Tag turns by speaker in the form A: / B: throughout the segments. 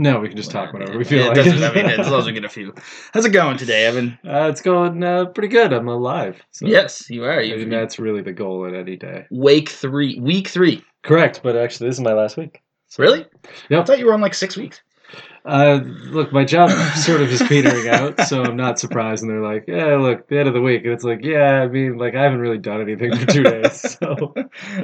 A: No, we can just talk whatever we
B: Yeah,
A: feel
B: it
A: like.
B: doesn't, I mean, as long as we get a few. How's it going today, Evan?
A: uh, it's going uh, pretty good. I'm alive. So
B: yes, you are.
A: I mean,
B: You
A: that's really the goal at any day.
B: wake three, week three.
A: Correct, but actually, this is my last week.
B: Really?
A: Yeah.
B: I thought you were on like six weeks.
A: Uh, look, my job sort of is petering out, so I'm not surprised. And they're like, "Yeah, look, the end of the week," and it's like, "Yeah, I mean, like, I haven't really done anything for two days."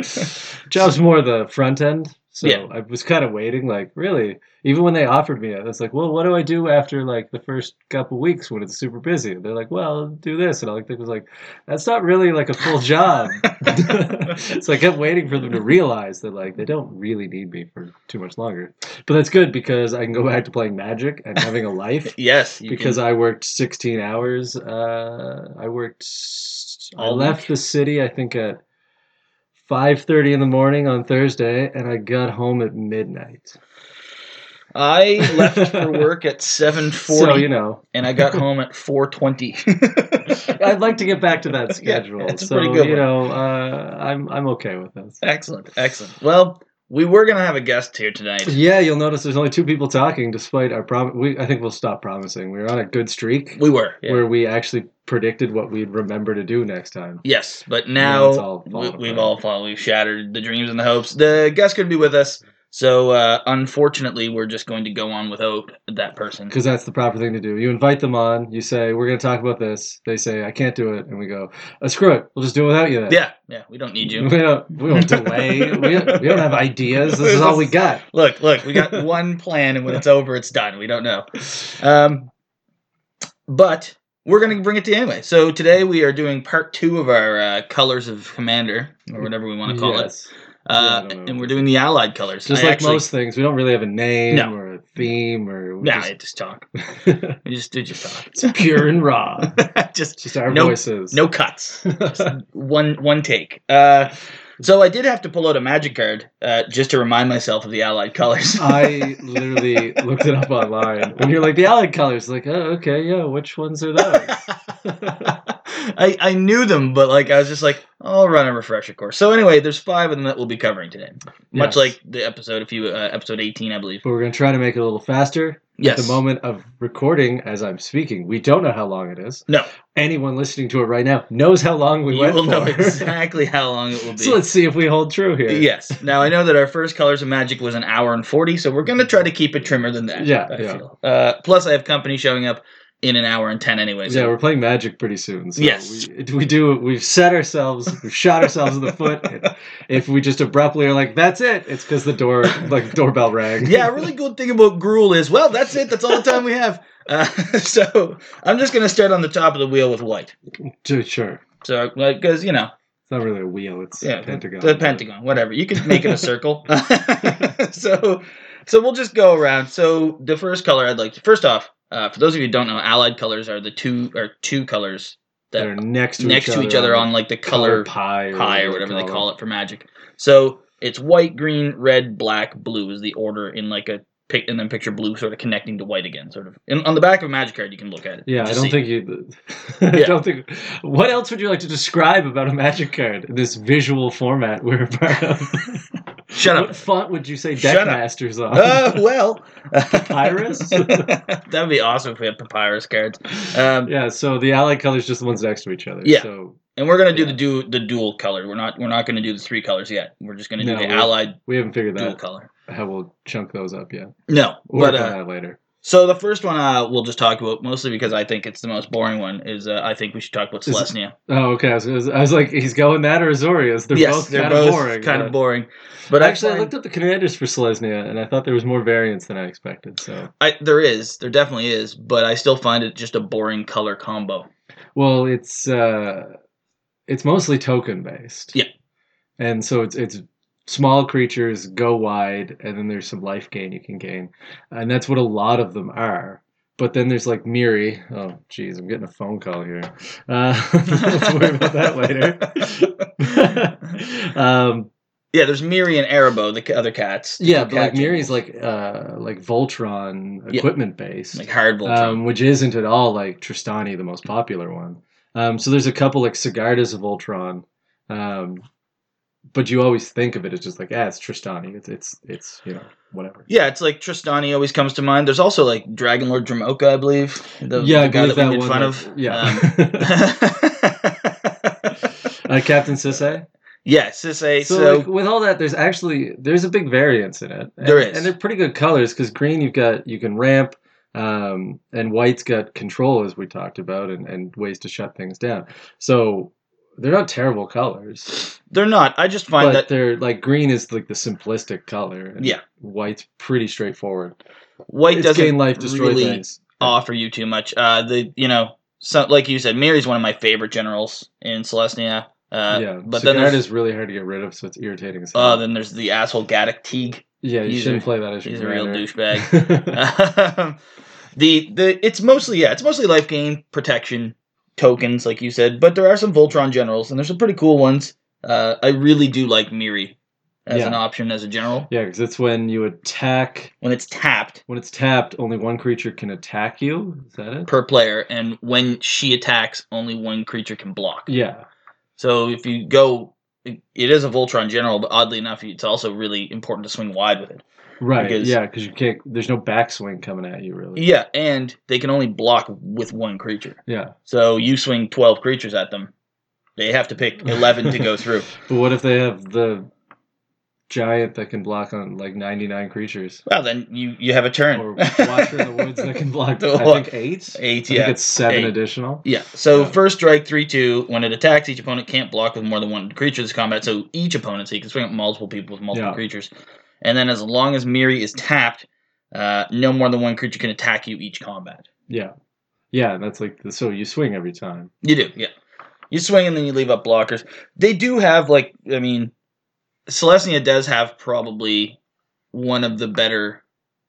A: So, job's more the front end. So
B: Yeah.
A: I was kind of waiting, like, really, even when they offered me it, I was like, "Well, what do I do after like the first couple weeks when it's super busy?" And they're like, "Well, do this," and I like, was like, "That's not really like a full job." so I kept waiting for them to realize that like they don't really need me for too much longer. But that's good because I can go back to playing Magic and having a life.
B: yes. you
A: because
B: can-
A: I worked 16 hours. Uh, I worked. I
B: All
A: left the city I think at 5:30 in the morning on Thursday, and I got home at midnight.
B: I, left for work at seven forty,
A: So you know,
B: and I got home at four twenty.
A: I'd like to get back to that
B: Yeah,
A: schedule.
B: that's a
A: so
B: pretty good
A: you
B: one.
A: know, uh, I'm I'm okay with this.
B: excellent, excellent. Well, we were gonna have a guest here tonight.
A: Yeah, you'll notice there's only two people talking, despite our prom. We, I think we'll stop promising. We were on a good streak
B: We were. yeah.
A: where we actually predicted what we'd remember to do next time.
B: Yes, but
A: Now
B: now
A: it's all
B: we,
A: fallen
B: we've
A: apart.
B: all fallen. We've shattered the dreams and the hopes. The guest could be with us, so uh, unfortunately, we're just going to go on without that person.
A: Because that's the proper thing to do. You invite them on. You say we're going to talk about this. They say I can't do it, and we go, "Uh, "Screw it, we'll just do it without you." Then.
B: Yeah, yeah, we don't need
A: We
B: you.
A: don't, we don't delay. we, we don't have ideas. This is all we got.
B: Look, look, we got one plan, and when it's over, it's done. We don't know. Um, but we're going to bring it to you anyway. So today we are doing part two of our uh, colors of commander, or whatever we want to call it,
A: Yes.
B: uh,
A: Yeah, I don't know.
B: and we're doing the allied colors.
A: Just
B: I
A: like
B: actually-
A: most things, we don't really have a name
B: No.
A: or a theme or we
B: Nah,
A: just-
B: I just talk. We just did just
A: it's pure and raw.
B: talk. just
A: Just our
B: No-
A: voices.
B: No cuts. Just one one take. Uh, so I did have to pull out a magic card uh, just to remind myself of the allied colors.
A: I literally looked it up online. When you're like the allied colors, like, oh, okay, yeah, which ones are those?
B: I, I knew them, but like I was just like, I'll run a refresher course. So anyway, there's five of them that we'll be covering today. Much
A: Yes.
B: like the episode, if you uh, episode 18, I believe.
A: But we're gonna try to make it a little faster.
B: Yes.
A: At the moment of recording, as I'm speaking, we don't know how long it is.
B: No.
A: Anyone listening to it right now knows how long we
B: you
A: went
B: will
A: for.
B: know exactly how long it will be.
A: so let's see if we hold true here.
B: Yes. Now I know that our first colors of magic was an hour and forty, so we're gonna try to keep it trimmer than that.
A: Yeah,
B: I
A: yeah.
B: feel. Uh, plus, I have company showing up in an hour and ten anyway.
A: Yeah,
B: So
A: we're playing Magic pretty soon. So
B: Yes.
A: we, we do. We've set ourselves. We've shot ourselves in the foot. If we just abruptly are like, "That's it," it's because the door, like doorbell rang.
B: yeah. A really good thing about gruel is well, that's it. That's all the time we have. Uh, so I'm just gonna start on the top of the wheel with white.
A: Sure, sure.
B: So because you know
A: It's not really a wheel. It's
B: yeah,
A: a pentagon.
B: the pentagon, whatever you can make it a circle. so so we'll just go around. So the first color I'd like to first off. Uh, for those of you who don't know, allied colors are the two are two colors that
A: They're next to
B: next
A: each
B: to each other on like the color pie
A: pie
B: or whatever, they call it for magic. So it's white, green, red, black, blue is the order in like a pic and then picture blue sort of connecting to white again, sort of. And on the back of a magic card you can look at it.
A: Yeah,
B: to
A: I don't
B: see.
A: think you. I
B: Yeah.
A: don't think. What else would you like to describe about a magic card? in This visual format we're a part of.
B: Shut up.
A: What font would you say
B: Shut up.
A: Deckmaster's on?
B: Uh, well,
A: Papyrus?
B: That'd be awesome if we had papyrus cards. Um,
A: yeah, so the allied colors just the ones next to each other.
B: Yeah.
A: So
B: And we're gonna do
A: Yeah.
B: the du- the dual color. We're not we're not gonna do the three colors yet. We're just gonna
A: No,
B: do the
A: we-
B: allied
A: we haven't figured
B: dual
A: that
B: color.
A: how we'll chunk those up yet.
B: No,
A: We'll
B: but
A: work
B: uh,
A: on that later.
B: So the first one uh, we'll just talk about mostly because I think it's the most boring one. Is uh, I think we should talk about
A: Is-
B: Celestia.
A: Oh, okay. I was, I was- I was like, he's going that or Azorius. They're both kind of boring.
B: kind
A: but-
B: of boring. But
A: Actually, I
B: I,
A: looked up the commanders for Selesnya, and I thought there was more variance than I expected. So,
B: I, there is, there definitely is, but I still find it just a boring color combo.
A: well, it's uh, it's mostly token based.
B: Yeah.
A: and so it's it's small creatures go wide, and then there's some life gain you can gain, and that's what a lot of them are. But then there's like Miri. Oh, geez, I'm getting a phone call here. Uh, let's worry about that later. um,
B: Yeah, there's Miri and Erebo, the c- other cats. the
A: yeah,
B: two
A: but like
B: cat
A: Miri's
B: animals.
A: like uh, like Voltron
B: Yeah.
A: equipment based.
B: like hard Voltron.
A: um, which isn't at all like Tristani, the most popular one. Um, so there's a couple like Sigardas of Ultron, um, but you always think of it as just like, ah, it's Tristani. It's it's it's you know whatever.
B: Yeah, it's like Tristani always comes to mind. There's also like Dragon Lord Dramoka, I believe. The,
A: yeah, I
B: the guy
A: believe
B: that,
A: that
B: we made
A: one.
B: fun
A: like-
B: of. Um,
A: yeah, uh, Captain Sisse.
B: yeah, Sisse.
A: So,
B: So,
A: like, with all that, there's actually there's a big variance in it. And,
B: There is.
A: and they're pretty good colors because green you've got you can ramp, um, and white's got control as we talked about and and ways to shut things down. So they're not terrible colors,
B: they're not. I just
A: but
B: find that
A: they're like green is like the simplistic color. and
B: Yeah.
A: white's pretty straightforward.
B: white
A: it's
B: doesn't
A: gain life destroy
B: really
A: things.
B: offer you too much. Uh, the you know, so, like you said, Miri's one of my favorite generals in Celestia. Uh,
A: yeah,
B: but
A: but
B: then there's,
A: is really hard to get rid of, so it's irritating. As hell.
B: uh, then there's the asshole Gaddock Teague.
A: yeah, you
B: he's
A: shouldn't
B: a-
A: play that as your
B: he's a real
A: commander.
B: douchebag. Um, the the it's mostly yeah, it's mostly life gain protection tokens, like you said. But there are some Voltron generals, and there's some pretty cool ones. Uh, I really do like Miri as
A: Yeah.
B: an option as a general
A: yeah, because it's when you attack
B: when it's tapped
A: When it's tapped, only one creature can attack you. Is that it?
B: per player, and when she attacks, only one creature can block.
A: Yeah.
B: So if you go, it it is a Voltron general, but oddly enough, it's also really important to swing wide with it.
A: Right.
B: Because-
A: yeah, because you can't. There's no backswing coming at you, really.
B: Yeah, and they can only block with one creature.
A: Yeah.
B: So you swing 12 creatures at them. They have to pick 11 to go through.
A: But what if they have the giant that can block on like 99 creators,
B: Well, then you, you have a turn.
A: or watcher in the woods that can block?
B: The
A: I
B: wa-
A: think eight.
B: Eight,
A: I think
B: yeah.
A: it's seven
B: Eight.
A: additional.
B: Yeah. So
A: Yeah.
B: first strike, 3 2. When it attacks, each opponent can't block with more than one creature this combat. So each opponent, so you can swing at multiple people with multiple
A: Yeah.
B: creatures. And then as long as Miri is tapped, uh, no more than one creature can attack you each combat.
A: Yeah. Yeah, and that's like the, so you swing every time.
B: You do, yeah. You swing and then you leave up blockers. They do have like I mean, Celestia does have probably one of the better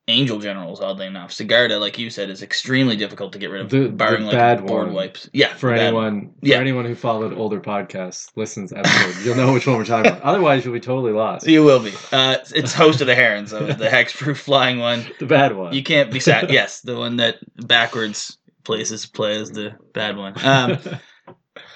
B: angel generals, oddly enough. Sigarda, like you said, is extremely difficult to get rid of,
A: The- the
B: barring like
A: bad
B: board
A: one.
B: wipes. Yeah,
A: For
B: the bad one.
A: anyone,
B: Yeah.
A: for anyone who followed older podcasts, listens episode, you'll know which one we're talking about. Otherwise, you'll be totally lost.
B: You will be. Uh, it's host of the Heron, so the hexproof flying one.
A: The bad one.
B: You can't be sad. Yes, the one that backwards places play is the bad one. Um,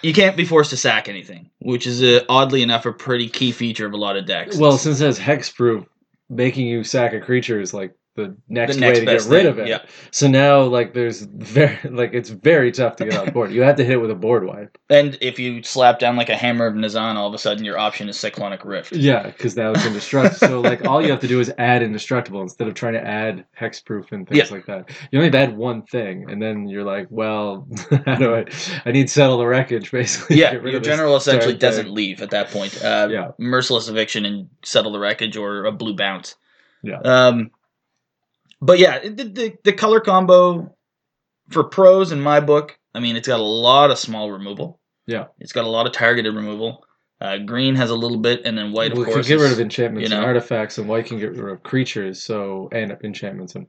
B: you can't be forced to sack anything, which is uh oddly enough a pretty key feature of a lot of decks.
A: Well, since it has hexproof, making you sack a creature is like the next
B: next
A: way to get
B: best
A: rid
B: thing,
A: of it.
B: yeah.
A: So now, like, there's very like it's very tough to get on board. You have to hit it with a board wipe.
B: And if you slap down like a hammer of Nizan, all of a sudden your option is Cyclonic Rift.
A: Yeah, because now it's indestructible. so like, all you have to do is add indestructible instead of trying to add hexproof and things
B: Yeah.
A: like that. You only have to add one thing, and then you're like, well, how do I? I need to settle the wreckage basically. to
B: Yeah,
A: get rid
B: your
A: of this
B: general essentially
A: darn thing.
B: doesn't leave at that point. Uh,
A: Yeah.
B: Merciless eviction and settle the wreckage or a blue bounce.
A: Yeah.
B: Um, but yeah, it- the, the, the color combo for pros in my book, I mean, it's got a lot of small removal.
A: Yeah.
B: It's got a lot of targeted removal. Uh, green has a little bit, and then white,
A: Well,
B: of
A: it
B: course.
A: can get rid
B: is-
A: of enchantments
B: you know?
A: and artifacts, and white can get rid of creatures. So and enchantments and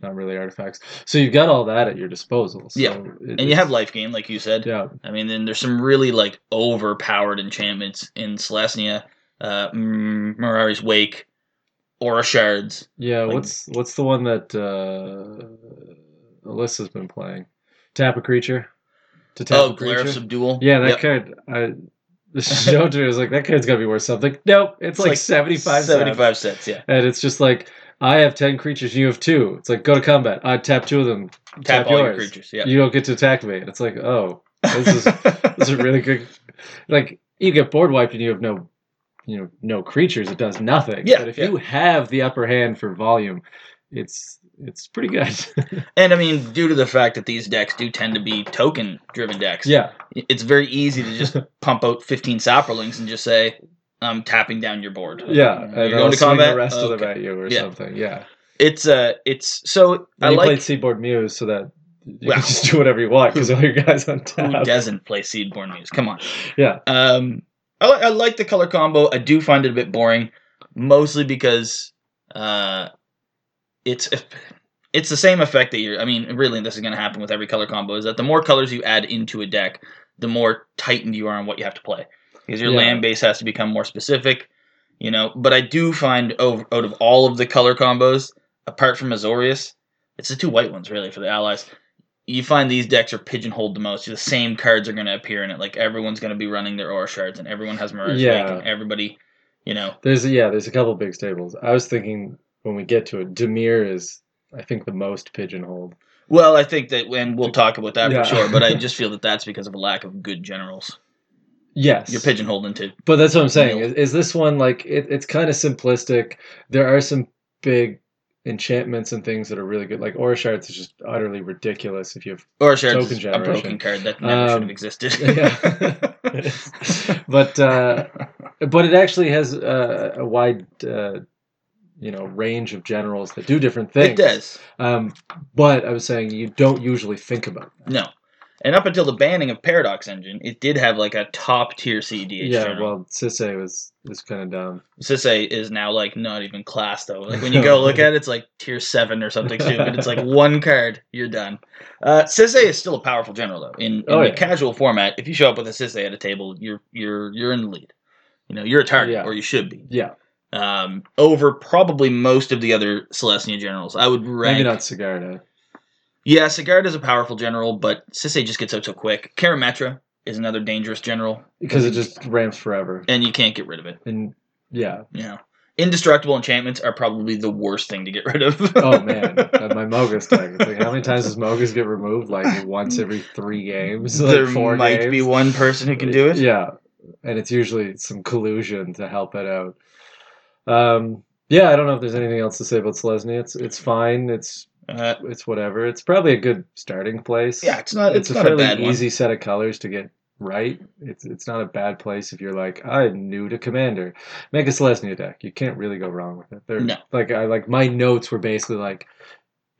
A: not really artifacts. So you've got all that at your disposal. So
B: Yeah.
A: it-
B: and you have life gain, like you said.
A: yeah,
B: I mean, then there's some really like overpowered enchantments in Celestia, uh, M- Mirari's Wake, Aura Shards.
A: yeah.
B: Like-
A: what's what's the one that uh, Alyssa's been playing? Tap a creature to tap
B: oh,
A: a
B: Glare
A: creature.
B: of Subdual.
A: yeah, that
B: Yep.
A: card. I, the show to was like that card's gotta be worth something. Nope, it's, like,
B: like
A: seventy five. Seventy five.
B: 75 cents. Yeah,
A: And it's just like I have ten creatures, you have two. It's like go to combat. I tap two of them.
B: tap,
A: Tap
B: all your
A: yours.
B: creatures. Yeah,
A: You don't get to attack me. And it's like oh, this is It's a really good. Like you get board wiped and you have no, you know, no creatures. It does nothing.
B: Yeah,
A: But if
B: yeah.
A: you have the upper hand for volume, it's it's pretty good.
B: and I mean, due to the fact that these decks do tend to be token driven decks,
A: yeah.
B: it's very easy to just pump out 15 Saperlings and just say, I'm tapping down your board.
A: Yeah.
B: You're
A: And
B: going
A: I'll
B: to
A: swing
B: combat?
A: the rest of
B: Okay.
A: them at you or
B: Yeah.
A: something. Yeah.
B: It's uh, it's so
A: And
B: I
A: you
B: like
A: played Seaboard Muse so that you
B: Wow.
A: can just do whatever you want because all your guys on
B: Who
A: tap.
B: doesn't play Seedborn Muse? Come on.
A: Yeah.
B: Um, I, li- I like the color combo. I do find it a bit boring, mostly because uh, it's it's the same effect that you're. I mean, really, this is going to happen with every color combo. Is that the more colors you add into a deck, the more tightened you are on what you have to play, because your
A: Yeah.
B: land base has to become more specific. You know, but I do find over, out of all of the color combos, apart from Azorius, it's the two white ones really for the allies. You find these decks are pigeonholed the most. The same cards are going to appear in it. Like everyone's going to be running their aura shards, and everyone has Mirage
A: Yeah.
B: Wake, and everybody You know,
A: There's yeah, there's a couple big stables. I was thinking when we get to it, Demir is I think the most pigeonholed.
B: well, I think that when we'll talk about that
A: Yeah.
B: for sure, but I just feel that that's because of a lack of good generals.
A: Yes,
B: You're pigeonholed into
A: But that's what I'm saying.
B: Real.
A: Is, is this one like it, it's kind of simplistic? There are some big enchantments and things that are really good. Like Orishards is just utterly ridiculous if you have.
B: or shared
A: Token
B: a broken
A: generation.
B: card that never should
A: Um,
B: have existed.
A: yeah. But uh, but it actually has uh, a wide uh, you know range of generals that do different things.
B: it does.
A: Um, but I was saying you don't usually think about. That.
B: No. And up until the banning of Paradox Engine, it did have like a top tier CDH
A: yeah,
B: general.
A: well, Sisse was was kind of down.
B: Sisse is now like not even class though. Like when you go look at it, it's like tier seven or something stupid. It's like one card, you're done. Uh, Sisse is still a powerful general though. In, in
A: Oh,
B: the
A: yeah.
B: casual format, if you show up with a Sisse at a table, you're you're you're in the lead. You know, you're a target,
A: Yeah.
B: or you should be.
A: Yeah,
B: Um, over probably most of the other Celestia generals, I would rank.
A: maybe not Sigarda.
B: Yeah, Sigard is a powerful general, but Sisse just gets out so quick. Karametra is another dangerous general,
A: because it just ramps forever.
B: and you can't get rid of it.
A: And yeah,
B: You know, indestructible enchantments are probably the worst thing to get rid of.
A: oh man, uh, my Mogus deck. It's like how many times does Mogus get removed? Like once every three games, like
B: there
A: four
B: might
A: games.
B: be one person who can do it.
A: Yeah, and it's usually some collusion to help it out. Um, yeah, I don't know if there's anything else to say about Selesnya. It's it's fine. It's
B: Uh,
A: it's whatever. It's probably a good starting place.
B: yeah, it's not.
A: it's,
B: It's,
A: a
B: not a
A: fairly
B: bad
A: easy set of colors to get right. It's it's not a bad place if you're like I'm new to Commander. Make a Selesnya deck. You can't really go wrong with it. They're,
B: No.
A: Like I like my notes were basically like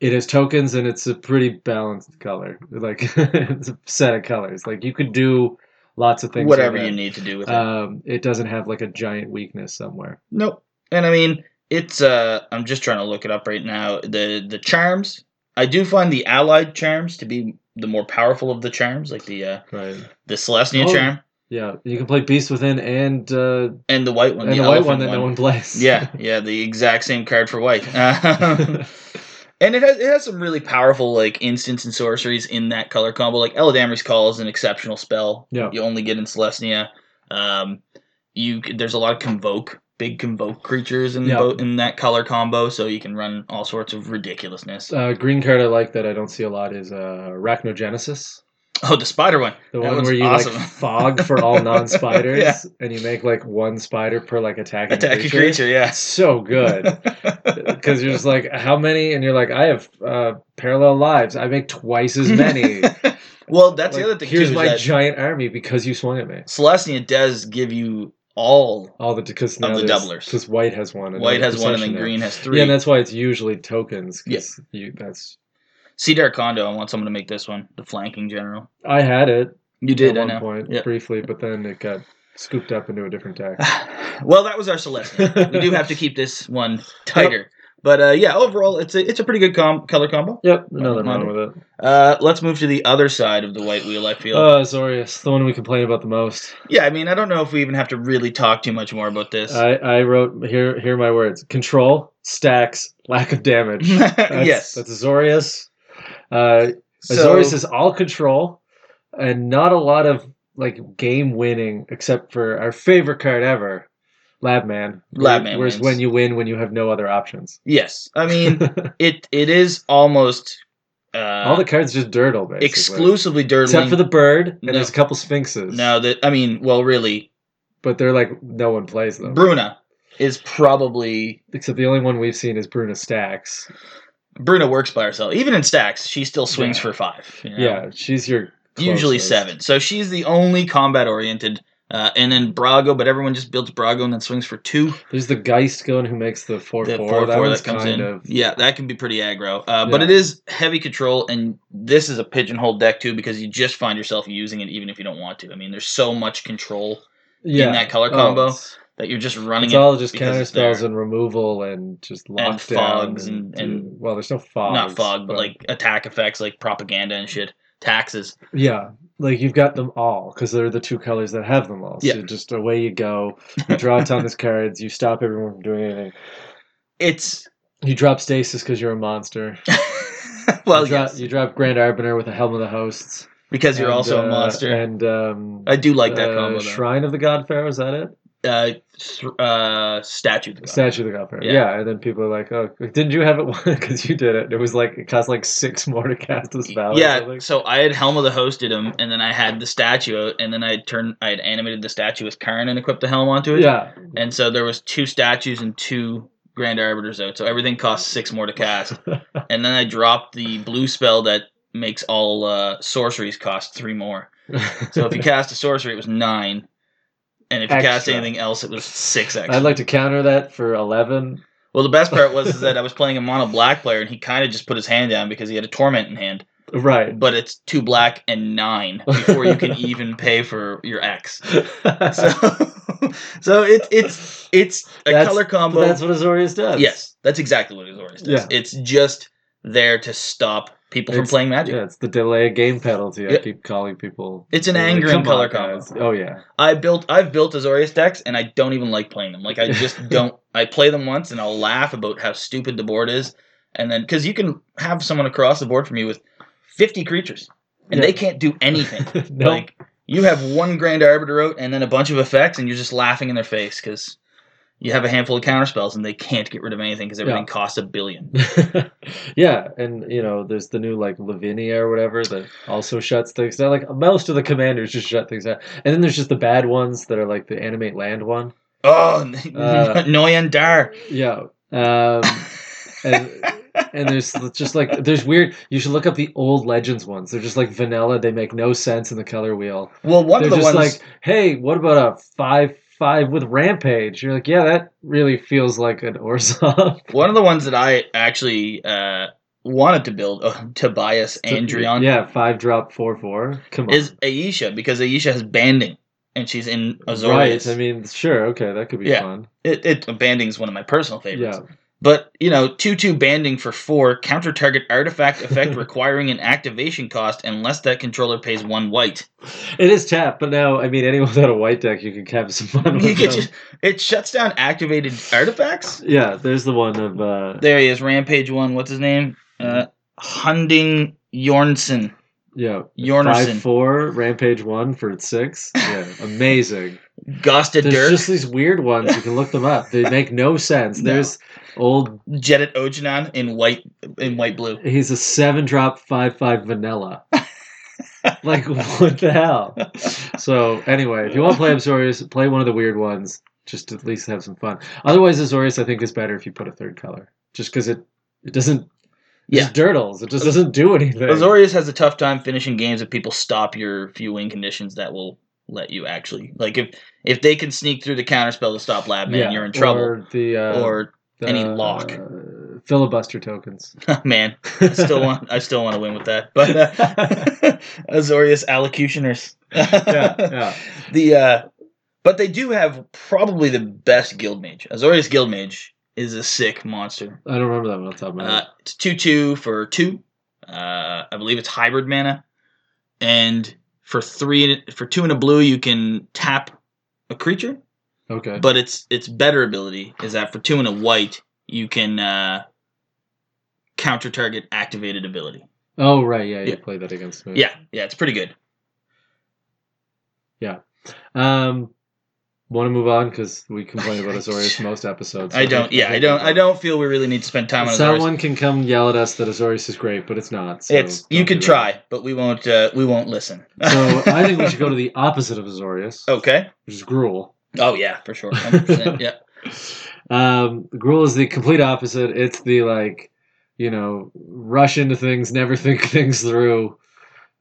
A: it has tokens and it's a pretty balanced color. Like it's a set of colors. Like you could do lots of
B: one.
A: things.
B: Whatever
A: with
B: you
A: it.
B: need to do with it.
A: Um, it doesn't have like a giant weakness somewhere.
B: Nope. And I mean, it's. Uh, I'm just trying to look it up right now. The the charms. I do find the allied charms to be the more powerful of the charms, like the uh,
A: Right.
B: the Celestia
A: Oh.
B: charm
A: Yeah. You can play Beast Within and uh,
B: and the white one,
A: and
B: the,
A: the white
B: elephant
A: one that no one plays.
B: yeah, yeah, the exact same card for white. Um, and it has it has some really powerful like instants and sorceries in that color combo. Like Eladamer's Call is an exceptional spell.
A: Yeah.
B: You only get in Celestia. Um, you c- there's a lot of convoke, big convoke creatures in
A: Yeah.
B: bo- in that color combo, so you can run all sorts of ridiculousness.
A: Uh, green card I like that I don't see a lot is uh, Arachnogenesis.
B: Oh, the spider one.
A: The
B: That
A: one
B: one's
A: where you
B: awesome.
A: like fog for all non spiders
B: Yeah.
A: and you make like one spider per like attacking,
B: Attacking
A: creature.
B: creature,
A: That's
B: yes.
A: so good. Because you're just like, how many? And you're like, I have uh, parallel lives. I make twice as many.
B: well, that's
A: Like,
B: the other thing
A: Here's
B: too.
A: my
B: is that
A: giant army because you swung at me.
B: Celestia does give you all
A: All the because
B: the
A: now
B: doublers.
A: Because white has one. and
B: white
A: another
B: has one and then
A: procession now.
B: green has three.
A: Yeah, and that's why it's usually tokens.
B: Yeah.
A: Yes, you that's
B: Cedar Condo, I want someone to make this one. The flanking general.
A: I had it
B: You did,
A: at
B: I
A: one
B: know.
A: point
B: Yeah.
A: briefly, but then it got scooped up into a different deck.
B: well, that was our Celestia. we do have to keep this one tighter. But uh, yeah, overall, it's a it's a pretty good com- color combo.
A: Yep, another one
B: Minor.
A: with it.
B: Uh, let's move to the other side of the white wheel. I feel.
A: Uh, Zorius, the one we complain about the most.
B: yeah, I mean, I don't know if we even have to really talk too much more about this.
A: I, I wrote here. Here are my words: control, stacks, lack of damage. That's,
B: yes.
A: that's Azorius. Uh,
B: so,
A: Azorius is all control, and not a lot of like game winning, except for our favorite card ever, Lab Man.
B: Lab Man
A: Whereas
B: wins.
A: when you win, when you have no other options.
B: yes, I mean, it it is almost uh,
A: all the cards just dirtle basically,
B: exclusively dirtling.
A: except for the bird and
B: No.
A: there's a couple sphinxes.
B: no, that I mean, well, really,
A: but they're like no one plays them.
B: Bruna is probably
A: Except the only one we've seen is Bruna Stacks.
B: Bruna works by herself. Even in stacks, she still swings
A: Yeah.
B: for five. you know?
A: Yeah, she's your
B: usually
A: closest.
B: seven. So she's the only combat oriented. Uh, and then Brago, but everyone just builds Brago and then swings for two.
A: There's the Geist gun who makes the four
B: The
A: four.
B: four
A: that
B: four
A: one's
B: that comes
A: kind
B: in.
A: of
B: Yeah, that can be pretty aggro. Uh, But
A: Yeah.
B: it is heavy control, and this is a pigeonhole deck too because you just find yourself using it even if you don't want to. I mean, there's so much control
A: yeah.
B: in that color
A: Oh,
B: combo
A: it's,
B: that you're just running
A: it's
B: it.
A: all just
B: because
A: counter
B: it's there.
A: spells and removal and just lockdowns
B: fogs and- and-
A: well, there's no fog.
B: not fog, but like attack effects like propaganda and shit. Taxes.
A: yeah, like you've got them all because they're the two colors that have them all. So
B: Yeah.
A: just away you go. You draw a ton of cards. You stop everyone from doing anything.
B: It's.
A: You drop stasis because you're a monster.
B: well,
A: you, drop,
B: yes.
A: you drop Grand Arbiter with a Helm of the Hosts.
B: Because you're
A: and,
B: also
A: uh,
B: a monster.
A: And um,
B: I do like that
A: uh,
B: combo. Though.
A: Shrine of the God Pharaoh, is that it?
B: uh, th- uh, statue. that got it.
A: Statue of the Godfather.
B: Yeah.
A: Yeah. and then people are like, "Oh, didn't you have it one? Because you did it. It was like it cost like six more to cast this valor." or
B: yeah,
A: something.
B: so I had Helma the host did him, and then I had the statue, and then I had turned, I had animated the statue with Karn and equipped the helm onto it.
A: yeah.
B: And so there was two statues and two Grand Arbiters out, so everything cost six more to cast. and then I dropped the blue spell that makes all uh, sorceries cost three more. So if you cast a sorcery, it was nine, and if you cast
A: Extra.
B: anything else, it was six extra.
A: I'd like to counter that for eleven.
B: well, the best part was is that I was playing a mono black player, and he kind of just put his hand down because he had a torment in hand.
A: Right.
B: but it's two black and nine before you can even pay for your X. So, so it's it's it's a
A: That's-
B: color combo.
A: But that's what Azorius does.
B: yes, that's exactly what Azorius does.
A: Yeah.
B: It's just there to stop people from
A: It's-
B: playing Magic.
A: Yeah, it's the delay game penalty. I
B: Yeah.
A: keep calling people.
B: It's an
A: They're like,
B: anger and
A: "Come on,
B: color combo.
A: guys." Oh yeah.
B: I built I've built Azorius decks and I don't even like playing them. Like I just don't. I play them once and I'll laugh about how stupid the board is, and then because you can have someone across the board from you with fifty creatures and
A: Yeah.
B: they can't do anything.
A: no.
B: Like you have one grand arbiter out and then a bunch of effects, and you're just laughing in their face because you have a handful of counter spells and they can't get rid of anything because everything
A: Yeah.
B: costs a billion.
A: yeah, and you know, there's the new like Lavinia or whatever that also shuts things down. Like most of the commanders just shut things down, and then there's just the bad ones that are like the animate land one.
B: Oh,
A: Uh,
B: Noyan Dar.
A: Yeah, um, and and there's just like there's weird. You should look up the old legends ones. They're just like vanilla. They make no sense in the color wheel.
B: Well, one
A: They're
B: of the
A: just
B: ones
A: like, hey, what about a five five with rampage? You're like, yeah, that really feels like an Orzov.
B: one of the ones that I actually uh, wanted to build uh, Tobias Andreon
A: yeah, five drop four four. Come on,
B: is Aisha because Aisha has banding and she's in
A: Right.
B: Azorius.
A: I mean, sure. Okay, that could be
B: Yeah.
A: fun.
B: it, it banding is one of my personal favorites.
A: Yeah.
B: But you know, two two banding for four counter target artifact effect requiring an activation cost unless that controller pays one white.
A: It is tap, but now I mean, anyone without a white deck, you can have some fun
B: You
A: with.
B: get
A: them.
B: just- it shuts down activated artifacts.
A: Yeah. There's the one of. uh
B: There he is, Rampage One. What's his name? Uh, Hunding Jornsen.
A: Yeah. Five
B: Jornerson.
A: four rampage one for its six. Yeah, amazing.
B: Gosta
A: There's
B: Dirk.
A: just these weird ones. You can look them up. They make no sense.
B: No.
A: There's old.
B: Jedit Ojanon in white in white blue.
A: He's a seven drop five five vanilla. like what the hell? So anyway, if you want to play Azorius, play one of the weird ones. Just to at least have some fun. Otherwise, Azorius I think is better if you put a third color, just because it it doesn't. It
B: Yeah.
A: just dirtles. It just doesn't do anything.
B: Azorius has a tough time finishing games if people stop your few win conditions that will let you actually like if if they can sneak through the counterspell to stop Labman,
A: Yeah,
B: you're in trouble.
A: Or the uh,
B: or
A: the,
B: any lock.
A: uh, filibuster tokens.
B: man, I still want I still want to win with that. But uh, Azorius allocutioners.
A: yeah, yeah.
B: The uh, but they do have probably the best guild mage. Azorius guild mage is a sick monster.
A: I don't remember that one off the top of my
B: Uh,
A: head.
B: it's two two for two. Uh, I believe it's hybrid mana, and for three for two and a blue you can tap a creature.
A: Okay.
B: But its its better ability is that for two and a white you can uh, counter target activated ability.
A: oh right, yeah, you
B: Yeah.
A: played that against me.
B: Yeah, yeah, it's pretty good.
A: Um, want to move on because we complain about Azorius most episodes.
B: I don't. Yeah, I don't. I don't feel we really need to spend time on Azorius.
A: Someone can come yell at us that Azorius is great, but it's not. so
B: It's you
A: don't
B: can
A: do that.
B: try, but we won't. Uh, we won't listen.
A: So I think we should go to the opposite of Azorius,
B: okay.
A: which is Gruul.
B: Oh yeah, for sure. 100%, yeah.
A: Um, Gruul is the complete opposite. It's the like, you know, rush into things, never think things through.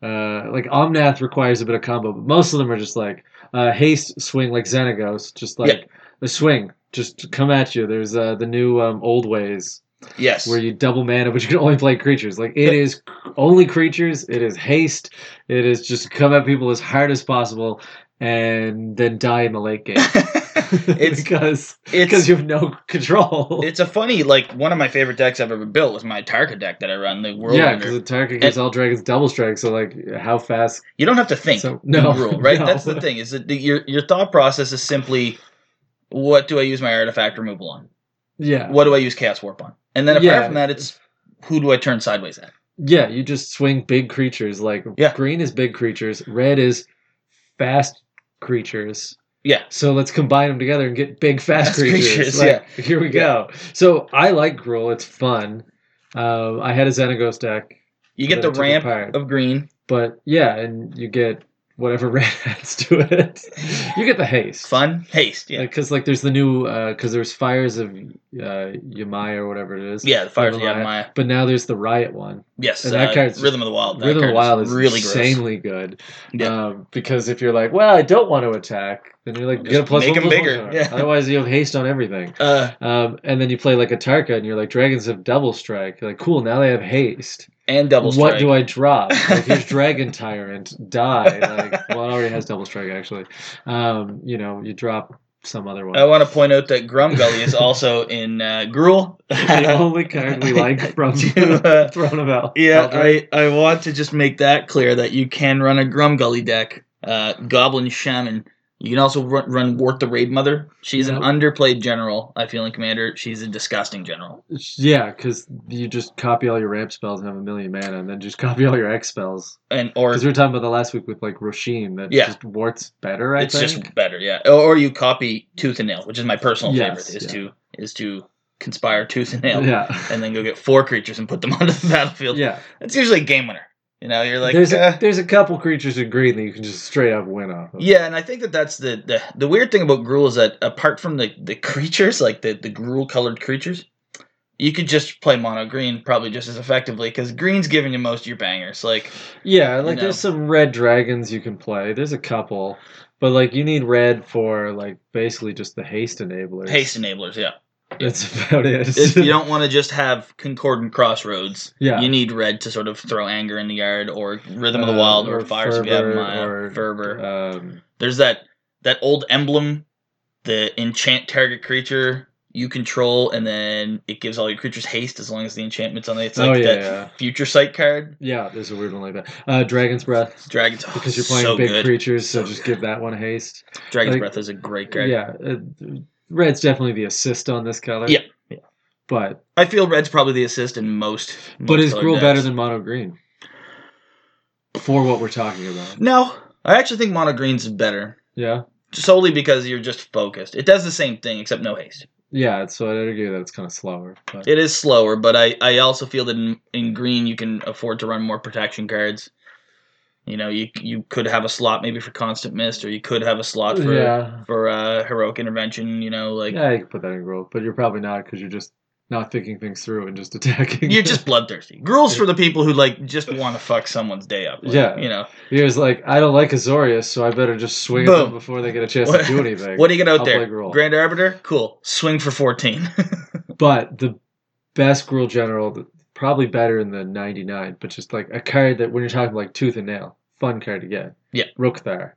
A: Uh, like Omnath requires a bit of combo, but most of them are just like uh, haste swing, like Xenagos, just like
B: Yeah.
A: the swing, just come at you. There's uh, the new um, old ways
B: Yes.
A: where you double mana, but you can only play creatures. Like it is c- only creatures. It is haste. It is just come at people as hard as possible, and then die in the late game.
B: it's
A: because because
B: it's
A: you have no control.
B: it's a funny like one of my favorite decks I've ever built was my Tarka deck that I run the World
A: yeah,
B: Wonder.
A: because the target gives all dragons double strike. So like, how fast?
B: You don't have to think.
A: So
B: no
A: no,
B: rule, right?
A: no.
B: That's the thing is that the, your your thought process is simply what do I use my artifact removal on?
A: Yeah,
B: What do I use chaos warp on? And then apart
A: Yeah.
B: from that, it's who do I turn sideways at?
A: yeah. You just swing big creatures. Like
B: Yeah.
A: green is big creatures. Red is fast creatures.
B: Yeah.
A: So let's combine them together and get big fast
B: Fast
A: creatures.
B: creatures,
A: Like, Here we go. So I like Gruul. It's fun. Um, I had a Xenagos deck,
B: You get
A: But
B: the
A: it took a
B: ramp
A: pirate.
B: of green.
A: but yeah, and you get whatever red adds to it. You get the haste.
B: Fun. Haste. Yeah.
A: Because like there's the new because there's fires of uh, Yamai or whatever it is.
B: yeah, the fires of
A: River Riot.
B: Yamamaya.
A: But now there's the riot one.
B: Yes.
A: And that
B: uh,
A: card's-
B: Rhythm of the Wild. That
A: Rhythm of the
B: card
A: Wild is
B: really gross.
A: insanely good.
B: Yeah.
A: Um, because if you're like, well, I don't want to attack, then you're like,
B: Just
A: get a plus
B: make
A: one,
B: 'em
A: plus one
B: bigger,
A: card.
B: yeah.
A: Otherwise, you have haste on everything.
B: Uh,
A: Um, and then you play like a Tarka, and you're like, dragons have double strike. You're like, cool, now they have haste.
B: and double strike.
A: What do I drop? Like, here's Dragon Tyrant, die. Like, well, it already has double strike actually. Um, you know, you drop some other one.
B: I want to point out that Grumgully is also in uh, Gruul.
A: the only card we like from
B: To, uh,
A: Throne of Elf.
B: Yeah,
A: Eldritch.
B: I, I want to just make that clear that you can run a Grumgully deck, uh, Goblin Shaman. You can also run, run Wart the Raid Mother. She's
A: Yeah.
B: an underplayed general, I feel in Commander. She's a disgusting general.
A: yeah, because you just copy all your ramp spells and have a million mana, and then just copy all your X spells.
B: and Or
A: Because we were talking about the last week with like Roshin that
B: Yeah.
A: just warts better. I
B: it's
A: think.
B: just better, yeah. Or, or you copy Tooth and Nail, which is my personal
A: Yes,
B: favorite, is
A: yeah.
B: to is to conspire Tooth and Nail
A: yeah,
B: and then go get four creatures and put them onto the battlefield.
A: yeah.
B: That's usually a game winner. You know, you're like,
A: there's
B: "Uh,
A: a, there's a couple creatures in green that you can just straight up win off. Of.
B: Yeah, and I think that that's the, the the weird thing about Gruul is that apart from the the creatures, like the the Gruul colored creatures, you could just play mono green probably just as effectively because green's giving you most of your bangers. Like,
A: Yeah, like
B: know.
A: there's some red dragons you can play. There's a couple, but like you need red for like basically just the haste enablers.
B: haste enablers, yeah.
A: That's about it.
B: If you don't want to just have Concordant Crossroads,
A: Yeah.
B: you need red to sort of throw anger in the yard or Rhythm of the
A: Uh,
B: Wild or,
A: or
B: Fires of
A: Fervor
B: Yavimaya
A: or,
B: Fervor.
A: um,
B: There's that that old emblem, the enchant target creature you control, and then it gives all your creatures haste as long as the enchantment's on it. It's like
A: oh yeah,
B: that
A: yeah,
B: future sight card.
A: yeah. There's a weird one like that. Uh, Dragon's Breath
B: Dragon's oh,
A: because you're playing
B: so
A: big
B: good.
A: creatures, so,
B: So
A: just
B: good.
A: give that one haste.
B: Dragon's
A: like-
B: Breath is a great card.
A: Yeah, uh, red's definitely the assist on this color.
B: Yeah, yeah.
A: but
B: I feel red's probably the assist in most.
A: but
B: most
A: is
B: colored
A: gruel
B: decks.
A: better than mono green? For what we're talking about,
B: No, I actually think mono green's better
A: yeah,
B: solely because you're just focused. It does the same thing except no haste.
A: yeah. So I'd argue that it's kind of slower. But.
B: It is slower, but I I also feel that in, in green you can afford to run more protection cards. You know, you you could have a slot maybe for constant mist, or you could have a slot for
A: yeah,
B: for uh, heroic intervention. You know, like
A: yeah, you can put that in gruel, but you're probably not because you're just not thinking things through and just attacking.
B: You're just bloodthirsty. Gruel's for the people who like just want to fuck someone's day up. Like,
A: Yeah.
B: You know,
A: He was like, I don't like Azorius, so I better just swing at
B: Boom.
A: them before they get a chance
B: What-
A: to do anything.
B: what do you get out
A: I'll
B: there?
A: play Gruul.
B: Grand Arbiter, cool. Swing for fourteen.
A: but the best Gruul general, th- probably better than the 99, but just like a card that when you're talking like tooth and nail, fun card to get.
B: Yeah. Oh,
A: Rookthar.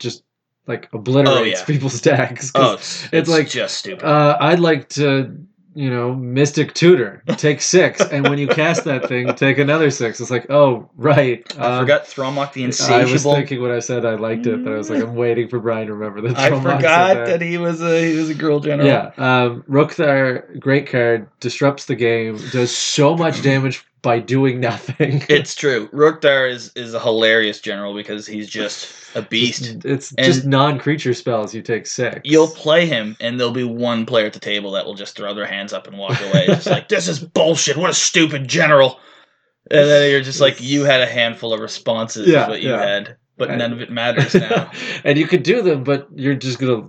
A: Just like obliterates
B: yeah.
A: people's decks. 'cause
B: oh, it's, it's
A: like-
B: just stupid.
A: uh, I'd like to, you know, Mystic Tutor, take six, and when you cast that thing, take another six. It's like, oh, right.
B: I
A: um,
B: forgot Thromok the
A: I was
B: Insatiable.
A: thinking when I said I liked it, but I was like, I'm waiting for Brian to remember that.
B: I
A: Thromok's in
B: forgot
A: there.
B: that he was a he was a girl general.
A: Yeah, um, Rookthar, great card, disrupts the game, does so much damage by doing nothing.
B: It's true. Rookdar is is a hilarious general because he's just a beast.
A: It's
B: And-
A: just non-creature spells. You take six.
B: You'll play him, and there'll be one player at the table that will just throw their hands up and walk away. It's like this is bullshit. What a stupid general. And then you're just like, you had a handful of responses, is
A: Yeah,
B: what you
A: yeah.
B: had, but
A: And-
B: none of it matters now.
A: and you could do them, but you're just gonna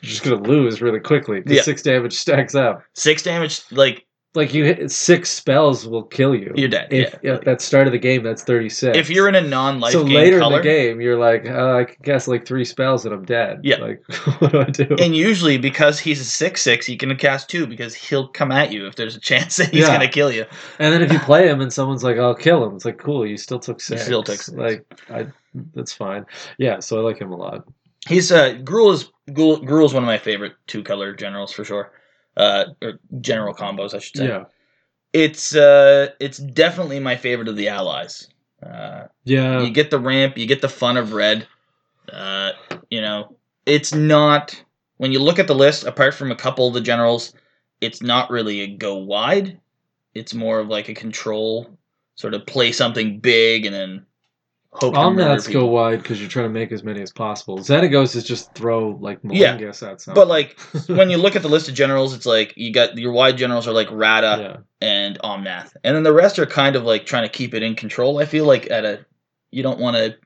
A: just gonna lose really quickly. 'cause
B: Yeah.
A: Six damage stacks up.
B: Six damage, like
A: Like you hit six spells will kill you.
B: you're dead.
A: If
B: yeah.
A: at that start of the game, that's thirty six.
B: if you're in a non-life
A: so
B: game
A: later
B: color,
A: in the game, you're like, oh, I can cast like three spells and I'm dead.
B: Yeah.
A: Like, what do I do?
B: and usually because he's a six six, you can cast two because he'll come at you if there's a chance that he's
A: Yeah.
B: gonna kill you.
A: And then if you play him and someone's like, "I'll kill him," it's like, "Cool, you still took
B: You
A: six.
B: still took six.
A: Like, I, that's fine. Yeah, so I like him a lot.
B: He's uh Gruul is Gruul, Gruul's one of my favorite two color generals for sure. Uh or general combos I should say.
A: Yeah,
B: It's uh it's definitely my favorite of the allies. Uh
A: yeah.
B: you get the ramp, you get the fun of red. Uh you know, it's not when you look at the list apart from a couple of the generals, it's not really a go wide. It's more of like a control sort of play something big and then hope
A: All
B: to murder
A: mats go
B: people.
A: wide because you're trying to make as many as possible. Xenagos is just throw like
B: Yeah,
A: Malengus at something.
B: But like when you look at the list of generals, it's like you got your wide generals are like Rada
A: yeah,
B: and Omnath, and then the rest are kind of like trying to keep it in control. I feel like at a you don't want to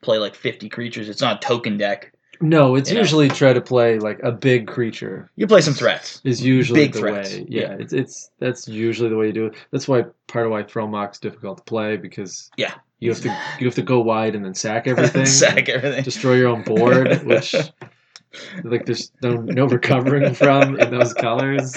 B: play like fifty creatures. It's not a token deck.
A: no, it's
B: you know.
A: usually try to play like a big creature
B: You play some threats.
A: is usually
B: Big
A: the
B: threats,
A: way.
B: yeah.
A: Yeah, it's it's that's usually the way you do it. That's why part of why Throwmock's difficult to play because
B: Yeah.
A: you have to you have to go wide and then sack everything,
B: Sack everything.
A: destroy your own board, which like there's no no recovering from in those colors.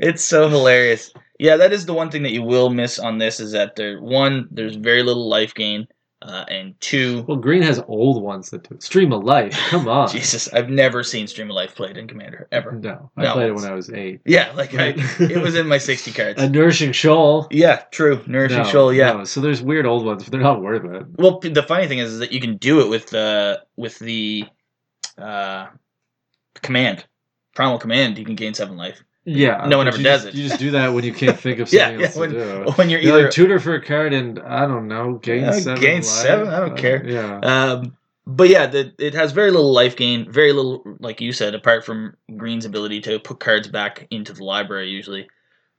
B: it's so hilarious. Yeah, that is the one thing that you will miss on this is that there one there's very little life gain, uh, and two,
A: well, uh, green has old ones that do stream of life. Come on,
B: Jesus, I've never seen Stream of Life played in Commander ever.
A: no, I
B: No.
A: played it when I was eight.
B: Yeah, like I, it was in my sixty cards.
A: a nourishing shoal.
B: Yeah, true. Nourishing
A: No,
B: Shoal. Yeah.
A: no, So there's weird old ones, but they're not worth it.
B: Well, p- the funny thing is, is that you can do it with the with the uh, command, primal command. You can gain seven life
A: Yeah.
B: No one
A: but
B: ever
A: you
B: does
A: just-
B: it.
A: You just do that when you can't think of
B: Yeah,
A: something
B: yeah,
A: else to do.
B: when you're
A: You're
B: either.
A: like tutor for a card and I don't know, gain
B: Yeah,
A: seven.
B: gain
A: life? Uh,
B: seven, I don't care.
A: Yeah.
B: um, but yeah, the, it has very little life gain, very little, like you said, apart from Green's ability to put cards back into the library. Usually,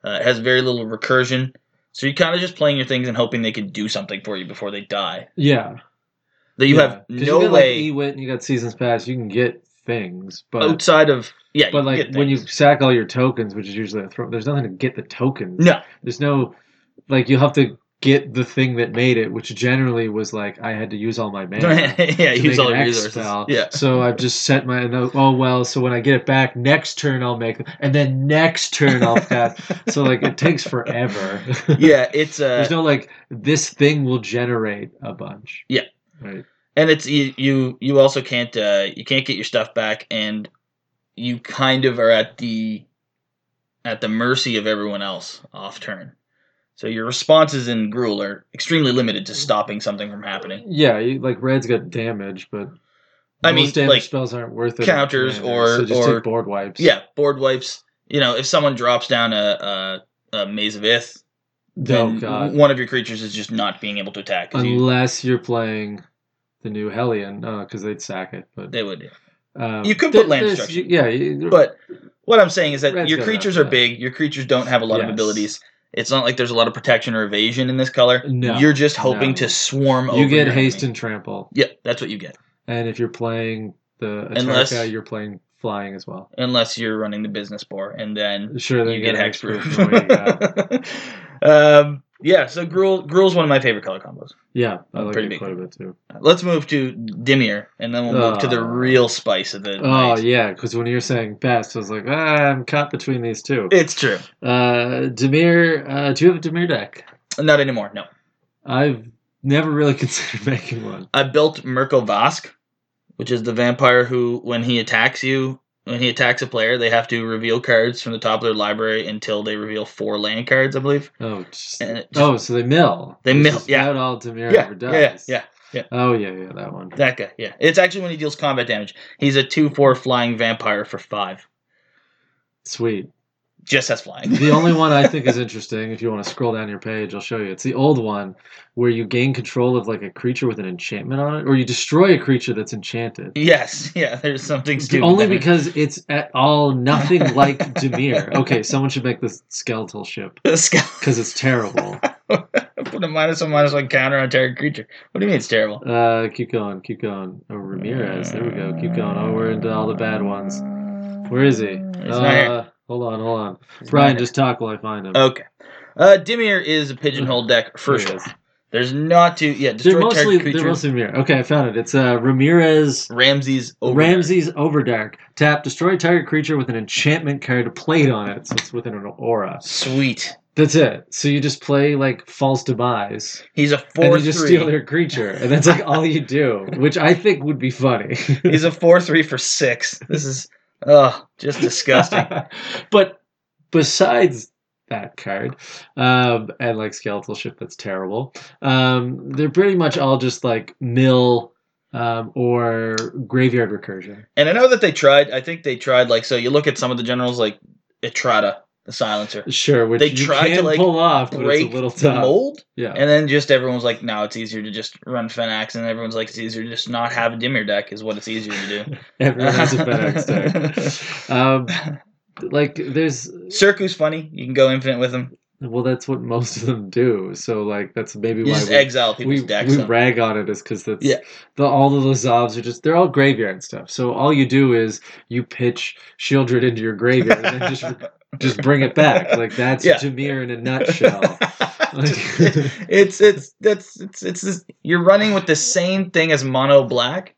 B: uh, it has very little recursion. So you're kind of just playing your things and hoping they can do something for you before they die.
A: Yeah.
B: That you
A: yeah.
B: have
A: 'Cause
B: no
A: you got,
B: way
A: Like, E Ewit and you got seasons pass. You can get things, but
B: outside of yeah. you
A: but
B: can
A: like
B: get
A: when you
B: things.
A: sack all your tokens, which is usually a throw, there's nothing to get the tokens.
B: no
A: There's no like you have to get the thing that made it, which generally was like I had to use all my mana.
B: yeah,
A: to
B: use
A: make
B: all
A: an X
B: your resources.
A: spell.
B: Yeah.
A: So I've just set my and oh oh, well. So when I get it back next turn, I'll make and then next turn I'll cast. so like it takes forever.
B: yeah, it's uh
A: There's no like this thing will generate a bunch.
B: Yeah.
A: Right.
B: and it's you, you you also can't uh you can't get your stuff back and you kind of are at the at the mercy of everyone else off turn. So your responses in Gruul are extremely limited to stopping something from happening.
A: Yeah. You, like red's got damage, but
B: I
A: most
B: mean,
A: damage
B: like,
A: spells aren't worth it. in
B: counters
A: Commander,
B: or-
A: so just
B: or-
A: take board wipes.
B: Yeah, board wipes. You know, if someone drops down a a, a maze of ith,
A: Oh
B: then
A: god.
B: one of your creatures is just not being able to attack. 'cause you,
A: Unless you're playing the new Hellion, because they'd sack it. But
B: they would.
A: um,
B: You could
A: there-
B: put land
A: there's-
B: destruction.
A: Yeah. you-
B: But what I'm saying is that
A: Mm-hmm. Red's
B: your
A: got it
B: creatures
A: after
B: are
A: that.
B: big. Your creatures don't have a lot of
A: Yes.
B: abilities. It's not like there's a lot of protection or evasion in this color.
A: No,
B: You're just hoping
A: no.
B: to swarm over.
A: you get
B: your
A: haste
B: enemy.
A: and trample.
B: Yeah, that's what you get.
A: And if you're playing the attack,
B: Unless-
A: uh, you're playing flying as well.
B: Unless you're running the business boar, and then
A: Sure, then
B: you get hexproof.
A: hexproof. yeah.
B: um, yeah, so Gruul Gruul's one of my favorite color combos.
A: Yeah, I like
B: Pretty big.
A: it quite a bit too.
B: Let's move to Dimir, and then we'll move to the
A: Oh.
B: real spice of the
A: Oh
B: night.
A: yeah, because when you're saying best, I was like, ah, I'm caught between these two.
B: It's true.
A: Uh, Demir, uh, do you have a Demir deck?
B: Not anymore. No,
A: I've never really considered making one.
B: I built Mirko Vask, which is the vampire who, when he attacks you, when he attacks a player, they have to reveal cards from the top of their library until they reveal four land cards, I believe.
A: Oh, just,
B: And it just-
A: oh, so they mill.
B: They
A: which
B: mill,
A: is
B: yeah.
A: about all Demir
B: yeah,
A: ever
B: yeah, yeah,
A: does.
B: yeah,
A: Oh yeah, yeah, that one.
B: that guy. Yeah, it's actually when he deals combat damage. He's a two-four flying vampire for five.
A: Sweet.
B: Just has flying.
A: The only one I think is interesting, if you want to scroll down your page, I'll show you. It's the old one where you gain control of like a creature with an enchantment on it, or you destroy a creature that's enchanted.
B: yes, yeah. There's something stupid.
A: Only
B: there.
A: because it's at all nothing like Demir. Okay, someone should make this skeletal ship
B: The scout
A: because it's terrible.
B: put a minus one minus one counter on target creature. What do you mean it's terrible?
A: Uh, keep going, keep going. Oh, Ramirez, there we go. Keep going. Oh, we're into all the bad ones. Where is he?
B: He's Mm, not here.
A: Uh, hold on, hold on.
B: He's not
A: Brian,
B: here.
A: just talk while I find him.
B: Okay. Uh, Dimir is a pigeonhole deck for
A: There
B: sure.
A: he is.
B: There's not too yeah.
A: They're
B: Destroy
A: mostly
B: target creature.
A: they're mostly Ramirez. Okay, I found it. It's uh Ramirez.
B: Ramses over.
A: Ramsey's Overdark. Tap, destroy target creature with an enchantment card played on it, so it's within an aura.
B: Sweet.
A: That's it. So you just play like False Demise,
B: He's a
A: and
B: four
A: you just
B: three.
A: steal their creature, and that's like all you do, which I think would be funny.
B: He's a four three for six. This is oh just disgusting.
A: but besides that card, um, and like Skeletal Ship, that's terrible. Um, they're pretty much all just like mill um, or graveyard recursion.
B: and I know that they tried. I think they tried like so. You look at some of the generals like Etrada the silencer.
A: Sure, which
B: They
A: you
B: tried to,
A: can
B: like,
A: pull off, but
B: Break
A: it's a little
B: the
A: tough.
B: mold,
A: Yeah,
B: and then just everyone's like, "No, it's easier to just run Fenax," and everyone's like, "It's easier to just not have a Dimir deck," is what it's easier to do.
A: everyone has a FedEx deck. Um, like there's
B: Circu's funny; you can go infinite with him.
A: well, that's what most of them do. So like that's maybe
B: You
A: why
B: just
A: we,
B: exile people's
A: we,
B: decks.
A: we
B: then.
A: rag on it is because that's
B: Yeah.
A: the all of those zobs are just they're all graveyard stuff. So all you do is you pitch Shieldred into your graveyard and then just just bring it back. Like that's
B: Yeah.
A: Jameer in a nutshell. Like-
B: it's it's that's it's it's this, you're running with the same thing as mono black,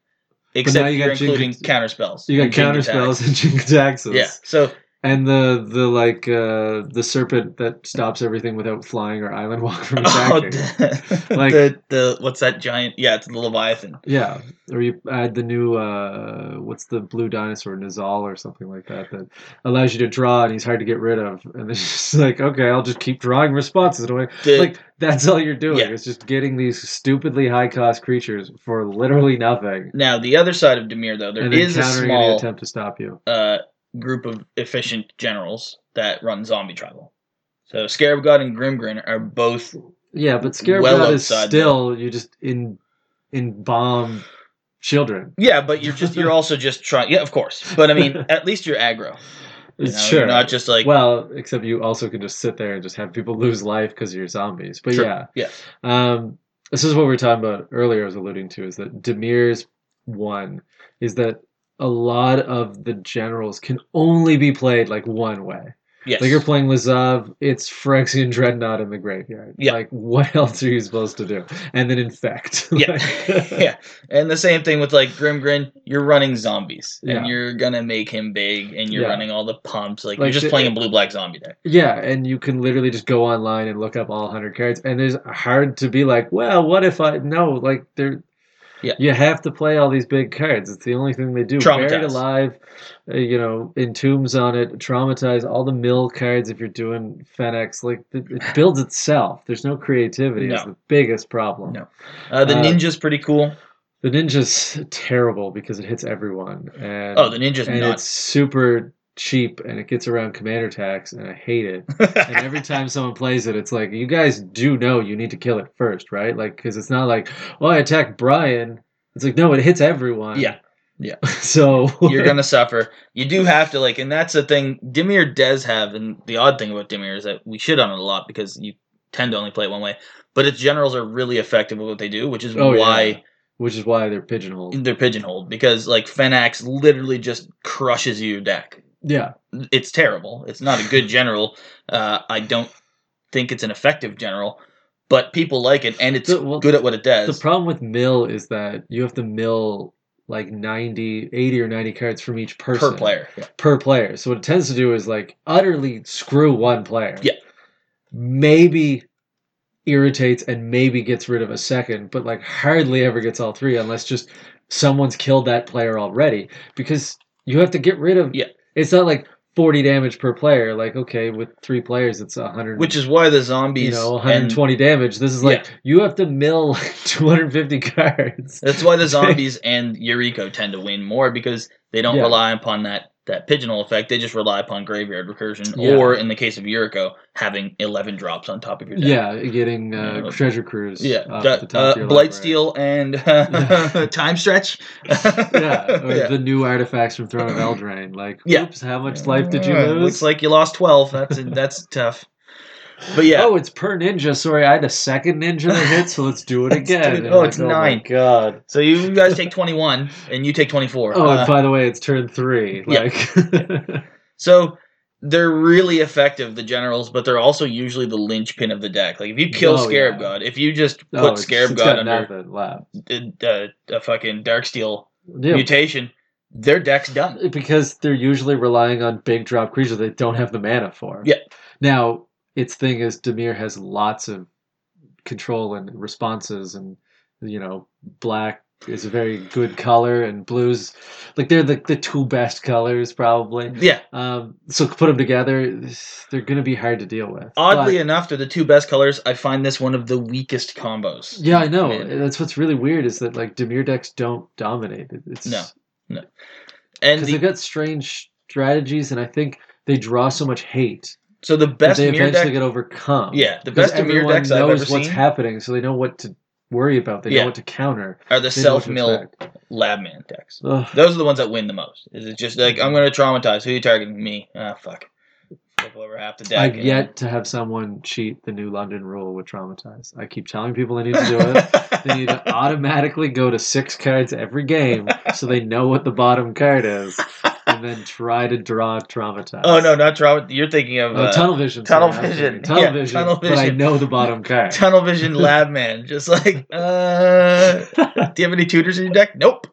A: now
B: except
A: you
B: you are
A: got
B: including
A: Jing-
B: counter spells.
A: You got
B: and Jing
A: counter
B: attacks.
A: spells and Jinx taxes.
B: Yeah. So
A: And the the like uh the serpent that stops everything without flying or island walk from
B: oh,
A: attacking.
B: the,
A: Like-
B: the the what's that giant? Yeah, it's the leviathan.
A: Yeah. Or you add the new uh what's the blue dinosaur, Nizal or something like that that allows you to draw and he's hard to get rid of. And it's just like, okay, I'll just keep drawing responses away.
B: The-
A: Like that's all you're doing.
B: Yeah.
A: It's just getting these stupidly high cost creatures for literally nothing.
B: now the other side of Demir though, there
A: and then
B: is a
A: countering any
B: small
A: attempt to stop you.
B: uh, group of efficient generals that run zombie tribal. So Scarab God and Grimgrin are both
A: Yeah, but Scarab
B: well
A: God is
B: outside the-
A: still you just in in bomb children.
B: yeah, but you're just you're also just trying yeah, of course. But I mean, at least you're aggro. You know?
A: sure.
B: You're not just like
A: well, except you also can just sit there and just have people lose life because you're zombies. But
B: Sure,
A: yeah,
B: yeah.
A: Um, this is what we were talking about earlier. I was alluding to is that Demir's one is that a lot of the generals can only be played like one way.
B: yes.
A: Like you're playing Lazav, it's Phyrexian Dreadnought in the graveyard.
B: Yeah.
A: Like what else are you supposed to do? And then infect.
B: yeah.
A: Like-
B: yeah. And the same thing with like Grimgrin, you're running zombies
A: Yeah.
B: and you're going to make him big and you're
A: Yeah.
B: running all the pumps. Like,
A: Like,
B: you're just
A: the-
B: playing a blue black zombie deck.
A: Yeah, and you can literally just go online and look up all 100 cards, and there's hard to be like, well, what if I no, like there,
B: Yeah.
A: you have to play all these big cards. It's the only thing they do. Buried
B: Traumatize.
A: alive, uh, you know, entombs on it, traumatize all the mill cards if you're doing Fenix. Like it, it builds itself. There's no creativity. Is
B: No.
A: the biggest problem.
B: No. Uh, the
A: Uh,
B: ninja's pretty cool.
A: The ninja's terrible because it hits everyone. And,
B: Oh, the ninja's
A: and it's
B: nuts.
A: super cheap, and it gets around commander tax, and I hate it and every time someone plays it, it's like you guys do know you need to kill it first, right? Like because it's not like oh I attacked Brian. It's like no, it hits everyone.
B: yeah. Yeah.
A: So
B: You're gonna suffer. You do have to like, and that's the thing. Dimir does have, and the odd thing about Dimir is that we shit on it a lot because you tend to only play it one way. But its generals are really effective with what they do, which is
A: Oh, yeah.
B: why
A: which is why they're pigeonholed.
B: they're pigeonholed. Because like Fenax literally just crushes your deck.
A: Yeah,
B: it's terrible. It's not a good general. Uh, I don't think it's an effective general, but people like it, and it's
A: The- well,
B: good at what it
A: the
B: does.
A: problem with mill is that you have to mill like 90 80 or 90 cards from each person
B: per player, yeah.
A: per player so what it tends to do is like utterly screw one player
B: Yeah.
A: maybe irritates and maybe gets rid of a second, but like hardly ever gets all three unless just someone's killed that player already because you have to get rid of.
B: Yeah.
A: It's not like 40 damage per player. Like, okay, with three players, it's 100.
B: which is why the
A: you
B: zombies
A: know,
B: and
A: 120 damage. This is like you have to mill 250 cards.
B: that's why the zombies and Yuriko tend to win more because they don't
A: Yeah.
B: rely upon that that pigeonhole effect. They just rely upon graveyard recursion,
A: Yeah.
B: or in the case of Yuriko, having eleven drops on top of your deck.
A: Yeah, getting uh,
B: Yeah.
A: treasure cruise.
B: Yeah,
A: off
B: da-
A: the top
B: uh,
A: of your library.
B: Blightsteel and
A: Yeah.
B: Time Stretch.
A: yeah, or
B: Yeah.
A: the new artifacts from Throne of Eldraine. Like,
B: Yeah.
A: oops, how much life did you
B: Uh,
A: lose?
B: Looks like you lost twelve. That's that's tough. But yeah,
A: Oh, it's per ninja. Sorry, I had a second ninja that hit, so let's do it
B: Let's do
A: again.
B: it.
A: And
B: Oh,
A: I'm
B: it's
A: like,
B: nine.
A: my God.
B: so you guys take twenty one and you take Uh, twenty four.
A: Oh, and by the way, it's turn three.
B: yeah.
A: Like,
B: so they're really effective, the generals, but they're also usually the linchpin of the deck. Like if you kill
A: Oh,
B: Scarab
A: yeah.
B: God, if you just
A: Oh,
B: put
A: it's-
B: Scarab
A: it's
B: God
A: got
B: under
A: nothing left.
B: a, uh a fucking Darksteel
A: Yeah,
B: mutation, their deck's done.
A: because they're usually relying on big drop creatures they don't have the mana for.
B: Yeah.
A: Now, its thing is Demir has lots of control and responses, and you know, black is a very good color, and blues, like they're the the two best colors probably.
B: Yeah.
A: Um, so put them together, they're going to be hard to deal with.
B: Oddly
A: But-
B: enough, they're the two best colors. I find this one of the weakest combos.
A: yeah, I know.
B: Man.
A: That's what's really weird is that like Demir decks don't dominate. It- It's
B: No. And
A: because
B: the
A: they've got strange strategies, and I think they draw so much hate
B: So the best
A: they
B: mirror
A: eventually
B: deck.
A: get overcome.
B: yeah, the
A: Because
B: best mirror
A: everyone
B: decks I've
A: knows
B: ever
A: what's
B: seen
A: happening, so they know what to worry about. They
B: Yeah.
A: know what to counter.
B: are the
A: They know what
B: self
A: to
B: mill
A: expect.
B: lab man decks.
A: Ugh.
B: Those are the ones that win the most. Is it just like I'm gonna traumatize? Who you targeting? Me? Ah, fuck. Flip over half the deck.
A: I've
B: and-
A: yet to have someone cheat the new London rule with traumatize. I keep telling people they need to do it. they need to automatically go to six cards every game so they know what the bottom card is, and then try to draw traumatize.
B: oh no, not trauma. You're thinking
A: Oh,
B: of uh, tunnel.
A: tunnel vision.
B: tunnel
A: sorry, I was
B: vision.
A: thinking Tunnel
B: Yeah,
A: vision.
B: tunnel
A: But I
B: vision.
A: know the bottom card.
B: vision lab man. Just like, uh, do you have any tutors in your deck? Nope,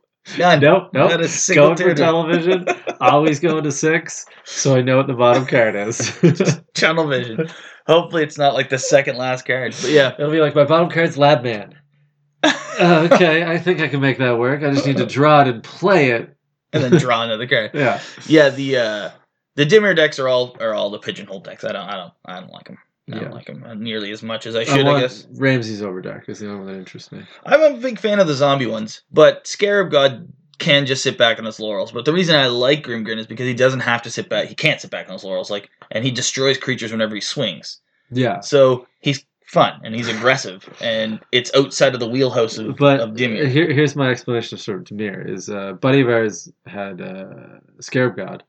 B: none.
A: nope, nope.
B: Not a single
A: Going for
B: tutor.
A: tunnel vision. Always going to six, so I know what the bottom card is.
B: Tunnel vision. Hopefully, it's not like the second last card. But yeah,
A: It'll be like my bottom card's Lab Man. Uh, okay, I think I can make that work. I just need to draw it and play it.
B: and then draw another card.
A: Yeah,
B: Yeah, the uh, the dimmer decks are all are all the pigeonhole decks. I don't I don't I don't like them. I
A: yeah.
B: don't like them nearly as much as I
A: I,
B: should. I,
A: want
B: guess
A: Ramsey's Overdark is the only one that interests me.
B: I'm a big fan of the zombie ones, but Scarab God can just sit back on his laurels. But the reason I like Grimgrin is because he doesn't have to sit back. He can't sit back on his laurels, like, and he destroys creatures whenever he swings.
A: Yeah,
B: So he's fun and he's aggressive, and it's outside of the wheelhouse of,
A: but
B: of
A: Uh, here,
B: Dimir.
A: here's my explanation of sort of Demir is uh, buddy of ours had uh, Scarab God,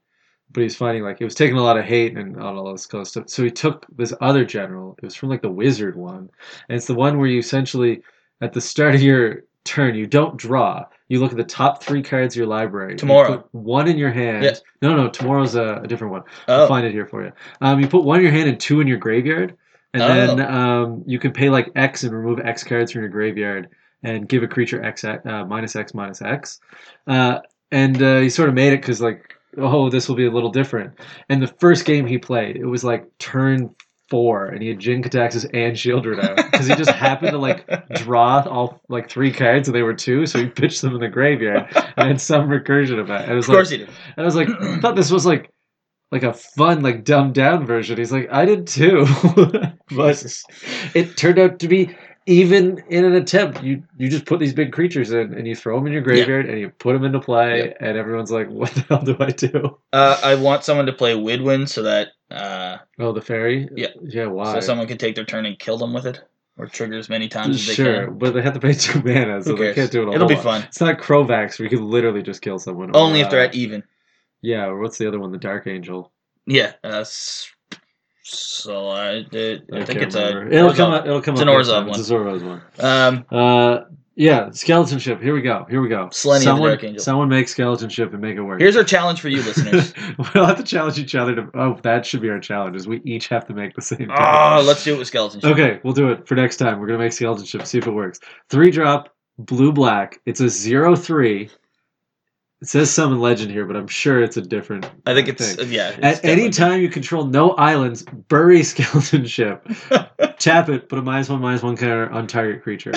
A: but he's finding like it was taking a lot of hate and on all this kind of stuff. So he took this other general. It was from like the Wizard one, and it's the one where you essentially at the start of your turn you don't draw. You look at the top three cards of your library. You
B: Tomorrow.
A: put one in your hand.
B: Yeah.
A: No, no, tomorrow's a, a different one. I'll
B: Oh,
A: find it here for you. Um, you put one in your hand and two in your graveyard, and then
B: Oh.
A: um, you can pay like X and remove X cards from your graveyard and give a creature X uh, minus X minus X. Uh, and uh, he sort of made it because like, oh, this will be a little different. And the first game he played, it was like turn four, and he had Jin Kataxis and Shieldred out because he just happened to like draw all like three cards and they were two, so he pitched them in the graveyard and had some recursion of that. And it
B: of
A: was like,
B: course he did.
A: and I was like, I thought this was like like a fun, like dumbed down version. He's like, I did too. but
B: Jesus.
A: it turned out to be even in an attempt, you you just put these big creatures in and you throw them in your graveyard and you put them into play,
B: Yeah.
A: and everyone's like, What the hell do I do?
B: Uh, I want someone to play Widwin so that uh,
A: Oh, the fairy?
B: Yeah.
A: Yeah, why?
B: so someone can take their turn and kill them with it, or trigger as many times as they
A: sure,
B: can.
A: but they have to pay two mana, so
B: Who
A: they
B: cares?
A: can't do it all.
B: It'll be fun.
A: It's not Crovax where you can literally just kill someone.
B: Only
A: or,
B: if they're
A: uh,
B: at even.
A: Yeah, or what's the other one? The Dark Angel.
B: Yeah. Uh, s- so I, it, I, think
A: can't
B: it's uh,
A: remember.
B: a.
A: It'll come up. It'll come
B: It's
A: up.
B: an
A: next
B: Orzhov
A: time. It's a Zorro's one.
B: Um,
A: Uh, yeah, skeleton ship. Here we go. Here we go.
B: Selenia the
A: someone,
B: Dark Angel.
A: someone make skeleton ship and make it work.
B: here's our challenge for you listeners.
A: we'll have to challenge each other to. Oh, that should be our challenge. Is we each have to make the same.
B: oh,
A: thing.
B: let's do it with skeletons.
A: Okay, we'll do it for next time. We're gonna make skeleton ship. See if it works. Three drop, blue black. It's a zero three. It says summon legend here, but I'm sure it's a different.
B: I think
A: uh,
B: it's
A: thing.
B: yeah. It's
A: At any
B: definitely-
A: time you control no islands, bury skeleton ship. Tap it, put a minus one, minus one counter on target creature.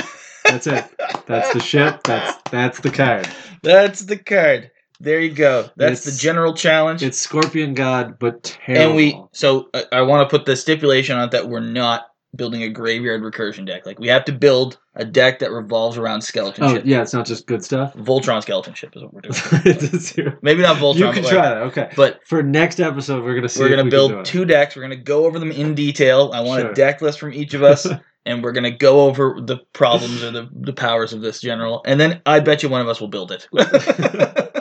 A: That's it. That's the ship. That's that's the card.
B: that's the card. There you go. That's
A: It's-
B: the general challenge.
A: It's Scorpion God, but terrible.
B: and we so uh, I, I want to put the stipulation on it that we're not building a graveyard recursion deck. Like we have to build a deck that revolves around skeleton
A: oh
B: ship.
A: yeah, it's not just good stuff.
B: Voltron skeleton ship is what we're doing.
A: It's a zero.
B: Maybe not Voltron.
A: you
B: but
A: can
B: like-
A: try that. Okay.
B: but
A: For next episode, we're gonna see.
B: we're
A: if
B: gonna
A: we can do
B: build
A: it.
B: two decks. We're gonna go over them in detail. I want
A: Sure.
B: a deck list from each of us, and we're gonna go over the problems or the, the powers of this general. And then I bet you one of us will build it.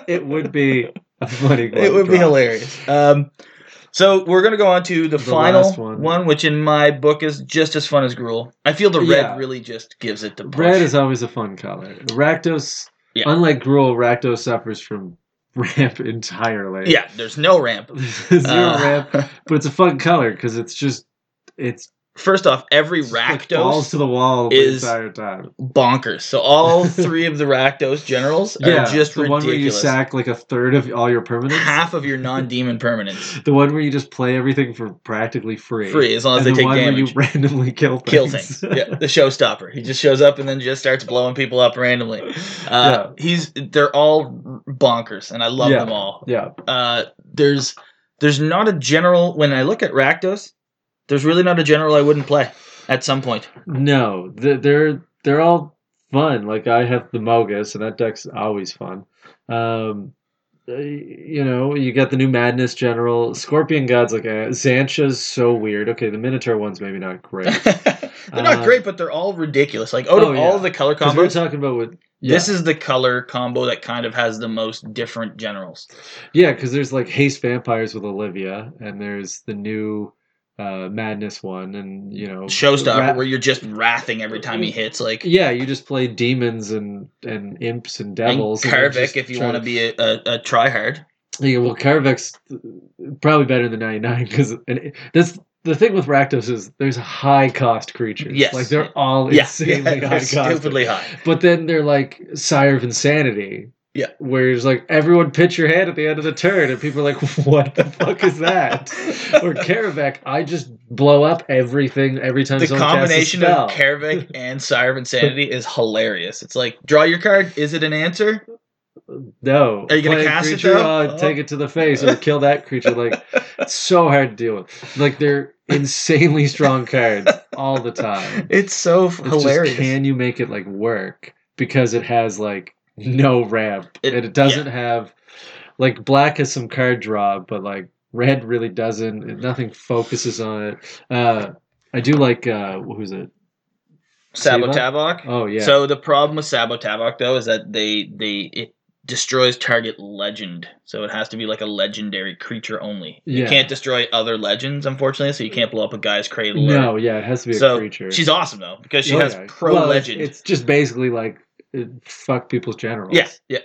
A: It would be a funny.
B: it would be hilarious. Um, so we're gonna go on to the,
A: The
B: final
A: last
B: one.
A: one.
B: which in my book is just as fun as Gruel. I feel the
A: Yeah.
B: red really just gives it the push.
A: Red is always a fun color. Rakdos,
B: Yeah.
A: unlike Gruul, Rakdos suffers from ramp entirely.
B: yeah. There's no ramp.
A: Zero
B: Uh,
A: ramp, but it's a fun color because it's just it's
B: First off, every
A: It's just, like,
B: Rakdos
A: balls to the wall
B: is-
A: the entire time.
B: bonkers. So all three of the Rakdos generals are
A: Yeah,
B: just
A: the
B: ridiculous.
A: one where you sack like a third of all your permanents.
B: half of your non-demon permanents
A: The one where you just play everything for practically free.
B: free as long as
A: And the
B: they take
A: one where
B: damage.
A: you randomly kill things.
B: Kill things. Yeah, the showstopper. He just shows up and then just starts blowing people up randomly. Uh, He's they're all bonkers, and I love
A: Yeah.
B: them all.
A: yeah.
B: Uh, there's there's not a general when I look at Rakdos. There's really not a general I wouldn't play at some point.
A: No, th- they're they're all fun. Like I have the Mogus, and that deck's always fun. Um, uh, you know, you got the new Madness General. Scorpion God's like a. Zancha's so weird. Okay, the Minotaur one's maybe not great.
B: they're not
A: Uh,
B: great, but they're all ridiculous. Like out of
A: oh,
B: all
A: yeah.
B: the color
A: 'Cause we're
B: combos,
A: talking about with.
B: this is the color combo that kind of has the most different generals.
A: Yeah, because there's like Haste Vampires with Olivia, and there's the new uh, Madness one, and you know,
B: Showstopper,
A: Ra-
B: where you're just wrathing every time he hits, like
A: yeah, you just play demons and and imps and
B: and
A: devils. and you're
B: Karvik
A: just
B: if you
A: trying
B: want to be a, a, a tryhard.
A: Yeah, well, Karvik's probably better than 99 because that's the thing with Rakdos is there's high cost creatures.
B: Yes.
A: like they're all
B: Yeah,
A: insanely
B: yeah,
A: high
B: they're
A: cost.
B: stupidly high.
A: But then they're like Sire of Insanity.
B: Yeah.
A: Where it's like everyone pitch your hand at the end of the turn, and people are like, "What the fuck is that?" or Karavek, I just blow up everything every time.
B: The
A: someone casts a
B: combination
A: spell.
B: of Karvik and Sire of Insanity is hilarious. It's like draw your card. Is it an answer?
A: no,
B: Are you gonna
A: Play a
B: cast it,
A: creature,
B: though?
A: oh, Take it to the face or kill that creature. Like it's so hard to deal with. Like they're insanely strong cards all the time.
B: It's so
A: It's
B: hilarious.
A: Just, can you make it like work because it has like no ramp
B: It-
A: and it doesn't have like black has some card draw, but like red really doesn't. and Nothing focuses on it. Uh, I do like uh, who's it?
B: Sabo
A: Siva?
B: Tavok.
A: Oh yeah,
B: So the problem with Sabo Tavok though is that they they it destroys target legend. So it has to be like a legendary creature only.
A: Yeah.
B: You can't destroy other legends, unfortunately, so you can't blow up a guy's cradle. or-
A: no, yeah, it has to be
B: so
A: a creature.
B: she's awesome though, because she
A: Oh,
B: has
A: yeah.
B: pro
A: Well, it's-
B: legend.
A: It's just basically like it, fuck people's generals.
B: yeah, yeah.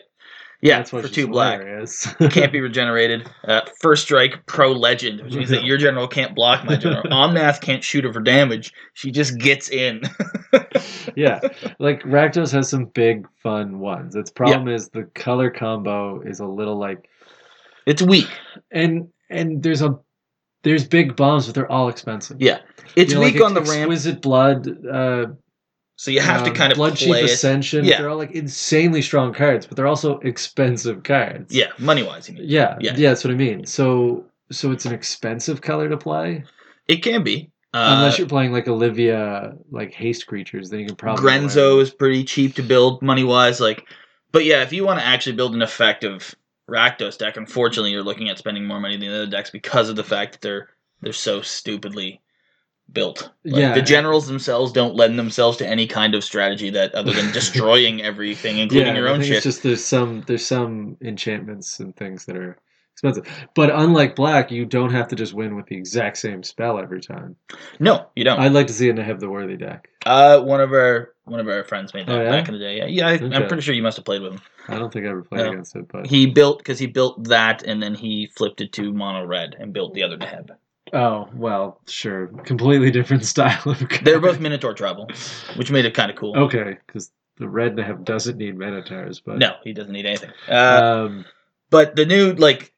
B: Yeah,
A: That's why
B: for
A: she's
B: two black.
A: hilarious.
B: can't be regenerated. Uh, first strike pro legend, which means that your general can't block my general. Omnath can't shoot her for damage. She just gets in.
A: yeah, like Rakdos has some big fun ones. Its problem is the color combo is a little like
B: it's weak.
A: and and there's a there's big bombs, but they're all expensive.
B: Yeah, It's
A: You know,
B: weak
A: like
B: on the
A: ex-
B: ramp,
A: Exquisite blood. Uh,
B: so you have to
A: um,
B: kind of
A: blood
B: play
A: cheap
B: it.
A: ascension.
B: Yeah.
A: They're all like insanely strong cards, but they're also expensive cards.
B: Yeah, money wise, you mean.
A: yeah,
B: Yeah.
A: yeah, That's what I mean. So so it's an expensive color to play
B: It can be. Uh,
A: unless you're playing like Olivia, like haste creatures. Then you can probably play-
B: Grenzo is pretty cheap to build money wise. Like, but yeah, if you want to actually build an effective Rakdos deck, unfortunately, you're looking at spending more money than the other decks because of the fact that they're they're so stupidly built. Like,
A: Yeah.
B: the generals themselves don't lend themselves to any kind of strategy that other than destroying everything, including your
A: I
B: own
A: think
B: shit.
A: It's just there's some there's some enchantments and things that are expensive. But unlike black, you don't have to just win with the exact same spell every time.
B: no, you don't.
A: I'd like to see it in a have the worthy deck.
B: uh, one of our one of our friends made that
A: Oh, yeah?
B: back in the day. Yeah, yeah I, I'm
A: Okay.
B: pretty sure you must have played with him.
A: I don't think I ever played
B: No.
A: against it, but
B: Oh. He built because he built that, and then he flipped it to mono red and built the other Neheb.
A: oh well, sure, completely different style of. Card.
B: They were both Minotaur tribal, which made it kind of cool.
A: okay because the red Neheb doesn't need minotaurs, but
B: No, he doesn't need anything. Uh,
A: Um,
B: but the new like,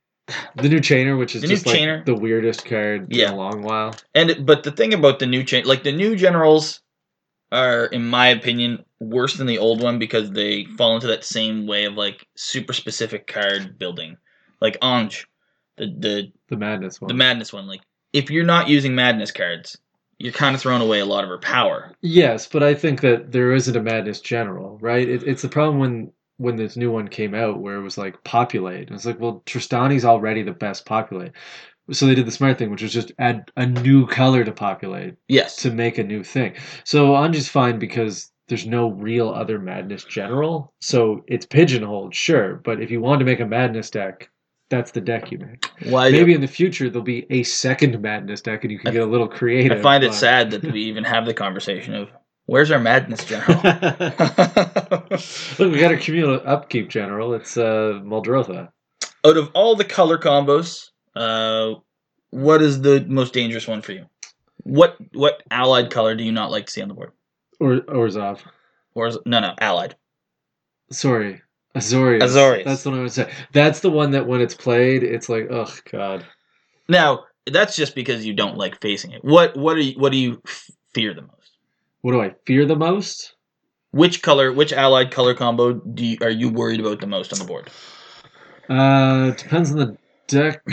A: the new chainer, which is
B: The new
A: just like
B: Chainer.
A: the weirdest card
B: Yeah.
A: in a long while.
B: and but the thing about the new chain, like the new generals, are in my opinion worse than the old one because they fall into that same way of like super specific card building, like Anj, the the
A: The madness one.
B: the madness one. Like if you're not using madness cards, you're kind of throwing away a lot of her power.
A: Yes, but I think that there isn't a madness general, right? It, it's the problem when when this new one came out where it was like populate. And it's like, well, Tristani's already the best populate. So they did the smart thing, which was just add a new color to populate
B: Yes,
A: to make a new thing. So Anji's fine because there's no real other madness general. So it's pigeonholed, sure, but if you want to make a madness deck, that's the deck you make.
B: why?
A: Maybe in the future there'll be a second madness deck and you
B: I-
A: can get a little creative.
B: I find it
A: but-
B: sad that we even have the conversation of where's our madness general.
A: Look, we got a communal upkeep general. It's uh, Muldrotha.
B: out of all the color combos, uh, what is the most dangerous one for you? What what allied color do you not like to see on the board?
A: Or Orzov.
B: Or is, no, no, allied.
A: Sorry. Azorius.
B: Azorius.
A: That's the one I would say. That's the one that when it's played, it's like, oh, God.
B: Now that's just because you don't like facing it. What what are you, what do you f- fear the most?
A: What do I fear the most?
B: Which color? Which allied color combo do you, are you worried about the most on the board?
A: Uh, depends on the deck.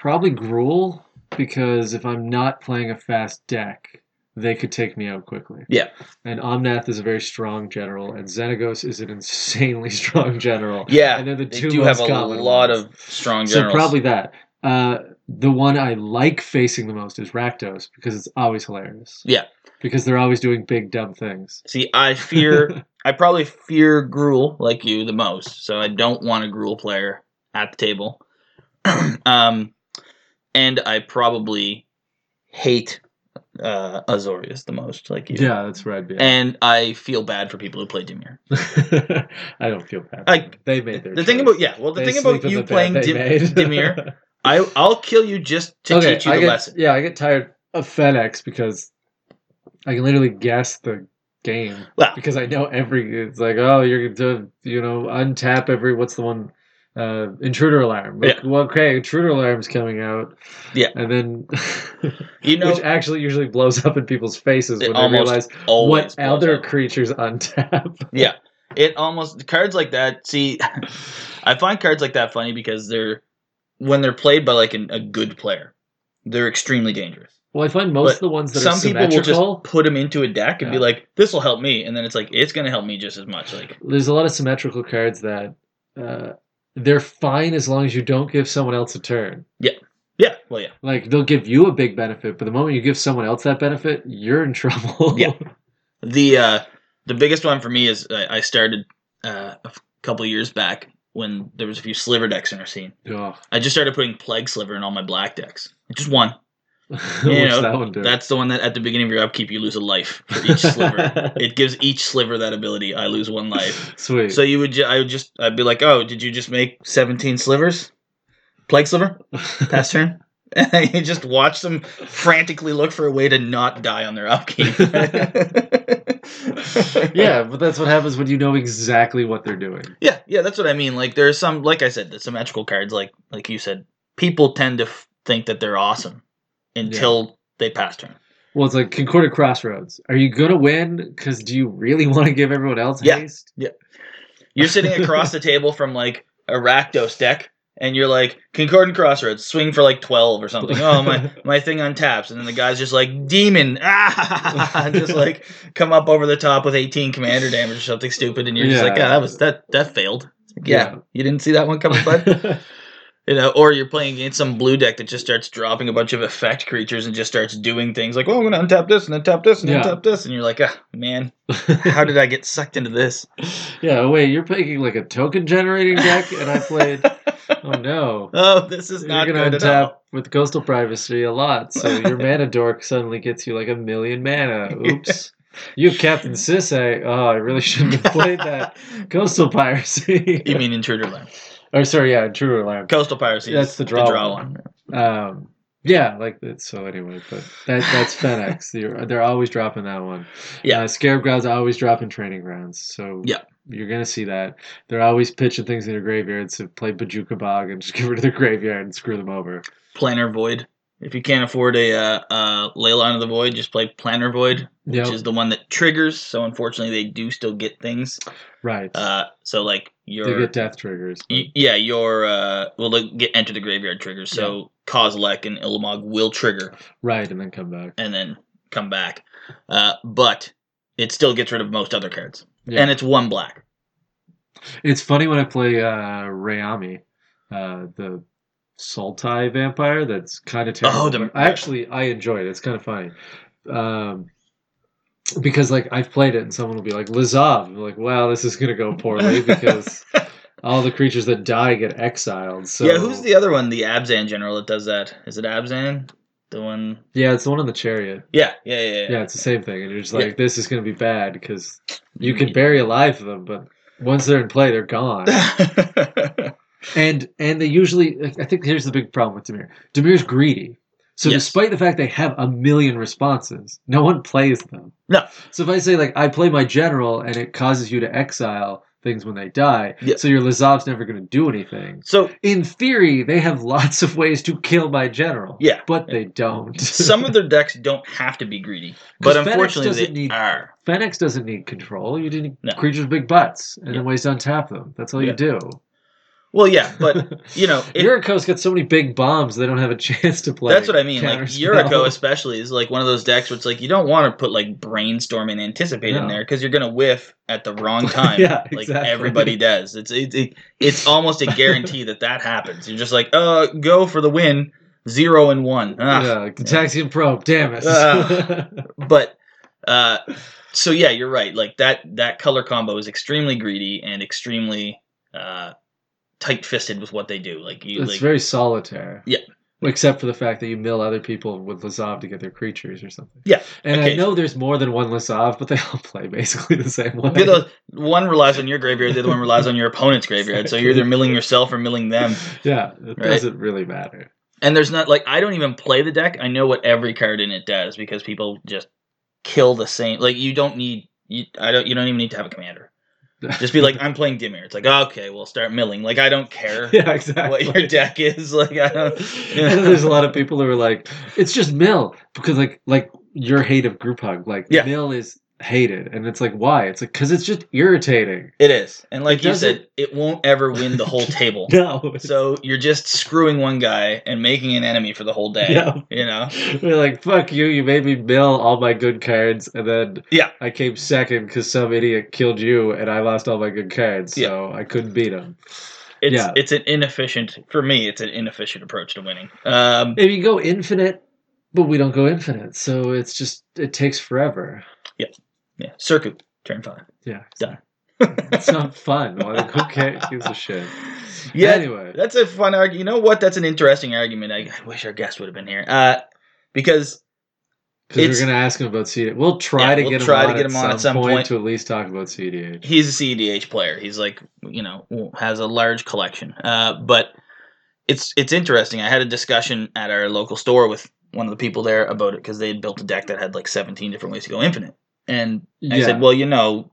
A: Probably Gruul, because if I'm not playing a fast deck, they could take me out quickly.
B: Yeah.
A: And Omnath is a very strong general, and Xenagos is an insanely strong general.
B: Yeah,
A: And they're the
B: they
A: two
B: do have
A: most
B: a
A: common
B: lot
A: ones.
B: of strong
A: So
B: generals.
A: probably that. Uh, the one I like facing the most is Rakdos because it's always hilarious.
B: Yeah.
A: Because they're always doing big dumb things.
B: See, I fear. I probably fear Gruul like you the most, so I don't want a Gruul player at the table. um, and I probably hate uh, Azorius the most, like you.
A: Yeah, that's where I'd be. at.
B: And I feel bad for people who play Dimir.
A: I don't feel bad.
B: I-
A: they made their
B: The thing
A: choice.
B: about yeah, well, the
A: They
B: thing about
A: sleep in
B: you
A: the bed
B: playing
A: they
B: Dim-
A: made.
B: Dimir, I I'll kill you just to
A: Okay,
B: teach you
A: I
B: the
A: get,
B: lesson.
A: Yeah, I get tired of FedEx because I can literally guess the game
B: Well,
A: because I know every. It's like, oh, you're to you know untap every. What's the one? Uh, intruder alarm. Like, well, okay, intruder alarm's coming out.
B: Yeah.
A: and then
B: you know,
A: which actually usually blows up in people's faces
B: It
A: when they
B: almost
A: realize
B: always
A: what
B: blows
A: other
B: up.
A: creatures untap.
B: Yeah. It almost cards like that. See, I find cards like that funny because they're when they're played by like an, a good player, they're extremely dangerous.
A: Well, I find most
B: But
A: of the ones that are
B: Some people will
A: symmetrical.
B: just put them into a deck and be
A: Yeah.
B: like, "This will help me," and then it's like, "It's going to help me just as much." Like,
A: there's a lot of symmetrical cards that uh, they're fine as long as you don't give someone else a turn.
B: yeah, well, yeah,
A: Like they'll give you a big benefit, but the moment you give someone else that benefit, you're in trouble.
B: Yeah. the uh, the biggest one for me is I, I started uh, a f- couple years back when there was a few sliver decks in our scene.
A: Ugh.
B: I just started putting plague sliver in all my black decks. Just one.
A: What's
B: You know,
A: that one do?
B: That's the one that at the beginning of your upkeep you lose a life for each sliver. it gives each sliver that ability. I lose one life.
A: Sweet.
B: So you would, ju- I would just, I'd be like, oh, did you just make seventeen slivers? Plague sliver, pass turn. And you just watch them frantically look for a way to not die on their upkeep.
A: yeah, but that's what happens when you know exactly what they're doing.
B: yeah, yeah. That's what I mean. Like there are some, like I said, the symmetrical cards, like like you said, people tend to f- think that they're awesome until they pass turn.
A: Well, it's like Concordia Crossroads. Are you gonna win? Because do you really want to give everyone else
B: Yeah.
A: haste?
B: You're sitting across the table from like a Rakdos deck, and you're like Concordant Crossroads, swing for like twelve or something. Oh my, my thing untaps, and then the guy's just like demon, ah, and just like come up over the top with eighteen commander damage or something stupid, and you're just like,
A: Yeah.
B: yeah, that was that that failed. Yeah,
A: Yeah.
B: you didn't see that one coming, oh, bud. You know, or you're playing against some blue deck that just starts dropping a bunch of effect creatures and just starts doing things like, "Oh, I'm gonna untap this and untap this and
A: Yeah.
B: untap this," and you're like, "Ah, man, how did I get sucked into this?"
A: yeah. Wait, you're playing like a token generating deck, and I played. oh no.
B: Oh, this is
A: You're
B: not
A: gonna
B: good at
A: untap
B: all.
A: with coastal privacy a lot, so your mana dork suddenly gets you like a million mana. Oops. You have Captain Sisse. Oh, I really shouldn't have played that. Coastal piracy.
B: You mean intruder land?
A: or sorry, yeah, True Alarm.
B: Coastal piracy. is
A: That's the draw one.
B: one.
A: Um, yeah, like that. So anyway, but that that's FedEx. They're, they're always dropping that one.
B: Yeah.
A: uh, Scarab Grounds are always dropping training grounds. So
B: Yeah.
A: you're gonna see that. They're always pitching things in your graveyard. So play Bajuka Bog and just get rid of their graveyard and screw them over.
B: Planar void. If you can't afford a uh, uh, Leyline of the Void, just play Planar Void,
A: Yeah,
B: which is the one that triggers. So unfortunately, they do still get things.
A: right.
B: Uh, so like
A: they
B: your
A: get death triggers. but-
B: y- yeah your uh, well they get enter the graveyard triggers. So Kozilek and Illamog will trigger
A: Right, and then come back.
B: and then come back, uh, but it still gets rid of most other cards.
A: Yeah.
B: And it's one black.
A: It's funny when I play uh, Rayami, uh, the Sultai vampire. That's kind of terrible.
B: Oh, the-
A: but I actually I enjoy it. It's kind of funny. Um, because like I've played it, and someone will be like Lizav. I'm like, wow, this is gonna go poorly because all the creatures that die get exiled. So
B: yeah, who's the other one? The Abzan general that does that? Is it Abzan? The one?
A: Yeah, it's the one on the chariot.
B: Yeah, yeah, yeah, yeah.
A: Yeah, it's the same thing, and you're just
B: Yeah.
A: like, this is gonna be bad because you can
B: Yeah.
A: bury alive them, but once they're in play, they're gone. and and they usually i think here's the big problem with demir demir's greedy so
B: Yes.
A: despite the fact they have a million responses no one plays them
B: No.
A: so if i say like i play my general and it causes you to exile things when they die
B: Yeah.
A: so your lazav's never going to do anything
B: so
A: in theory they have lots of ways to kill my general
B: Yeah.
A: but they don't
B: some of their decks don't have to be greedy, but
A: 'Cause Fenix
B: unfortunately they
A: doesn't need-
B: are.
A: Fenix doesn't need control. You need
B: No.
A: creatures with big butts and
B: Yeah.
A: then ways to untap them. That's all
B: Yeah.
A: you do.
B: Well, yeah, but you know, it-
A: Yuriko's got so many big bombs they don't have a chance to play.
B: that's what I mean. Like
A: Counterspell.
B: Yuriko, especially, is like one of those decks where it's like you don't want to put like brainstorm and anticipate in
A: No.
B: there because you're gonna whiff at the wrong time.
A: Yeah,
B: like
A: exactly.
B: everybody does. It's it, it, it's almost a guarantee that that happens. You're just like, uh, go for the win, zero and one. Ah,
A: yeah, Contaxium probe. Damn it.
B: Ah. but uh so yeah you're right like that that color combo is extremely greedy and extremely uh tight-fisted with what they do like you
A: it's
B: like
A: very solitaire.
B: Yeah.
A: Except for the fact that you mill other people with Lazav to get their creatures or something.
B: Yeah,
A: And I
B: okay.
A: know there's more than one Lazav, but they all play basically the same way.
B: the other- one relies on your graveyard the other one relies on your opponent's graveyard so you're either milling yourself or milling them
A: yeah, it
B: Right.
A: doesn't really matter.
B: and there's not like i don't even play the deck i know what every card in it does because people just kill the same like you don't need you, i don't you don't even need to have a commander just be like i'm playing dimir it's like okay we'll start milling like i don't care
A: yeah, exactly.
B: what your deck is like i don't
A: And then there's a lot of people who are like, it's just Mill because like like your hate of group hug, like
B: Yeah.
A: Mill is hated, and it's like why? It's like because it's just irritating.
B: It is. And like
A: It
B: you
A: doesn't-
B: said, it won't ever win the whole table.
A: No,
B: So you're just screwing one guy and making an enemy for the whole day.
A: Yeah.
B: You know?
A: They're like, fuck you, you made me mill all my good cards, and then
B: Yeah.
A: I came second because some idiot killed you, and I lost all my good cards, so I couldn't beat him.
B: It's
A: Yeah.
B: it's an inefficient for me, it's an inefficient approach to winning. Um
A: If you go infinite, but we don't go infinite, so it's just, it takes forever.
B: yeah. Circuit, turn five.
A: Yeah.
B: Done.
A: it's not fun. Like, who cares? Gives a shit.
B: Yeah.
A: Anyway.
B: That's a fun argument. You know what? That's an interesting argument. I, I wish our guest would have been here. Uh because
A: Because
B: It's-
A: we're gonna ask him about CDH. We'll try
B: Yeah,
A: to
B: we'll
A: get him
B: try
A: on,
B: to get
A: at,
B: him
A: some
B: on at some
A: point,
B: point.
A: to at least talk about CDH.
B: he's a CEDH player. He's like you know has a large collection. Uh, but it's it's interesting. I had a discussion at our local store with one of the people there about it because they had built a deck that had like 17 different ways to go infinite. And I
A: Yeah.
B: said, well, you know,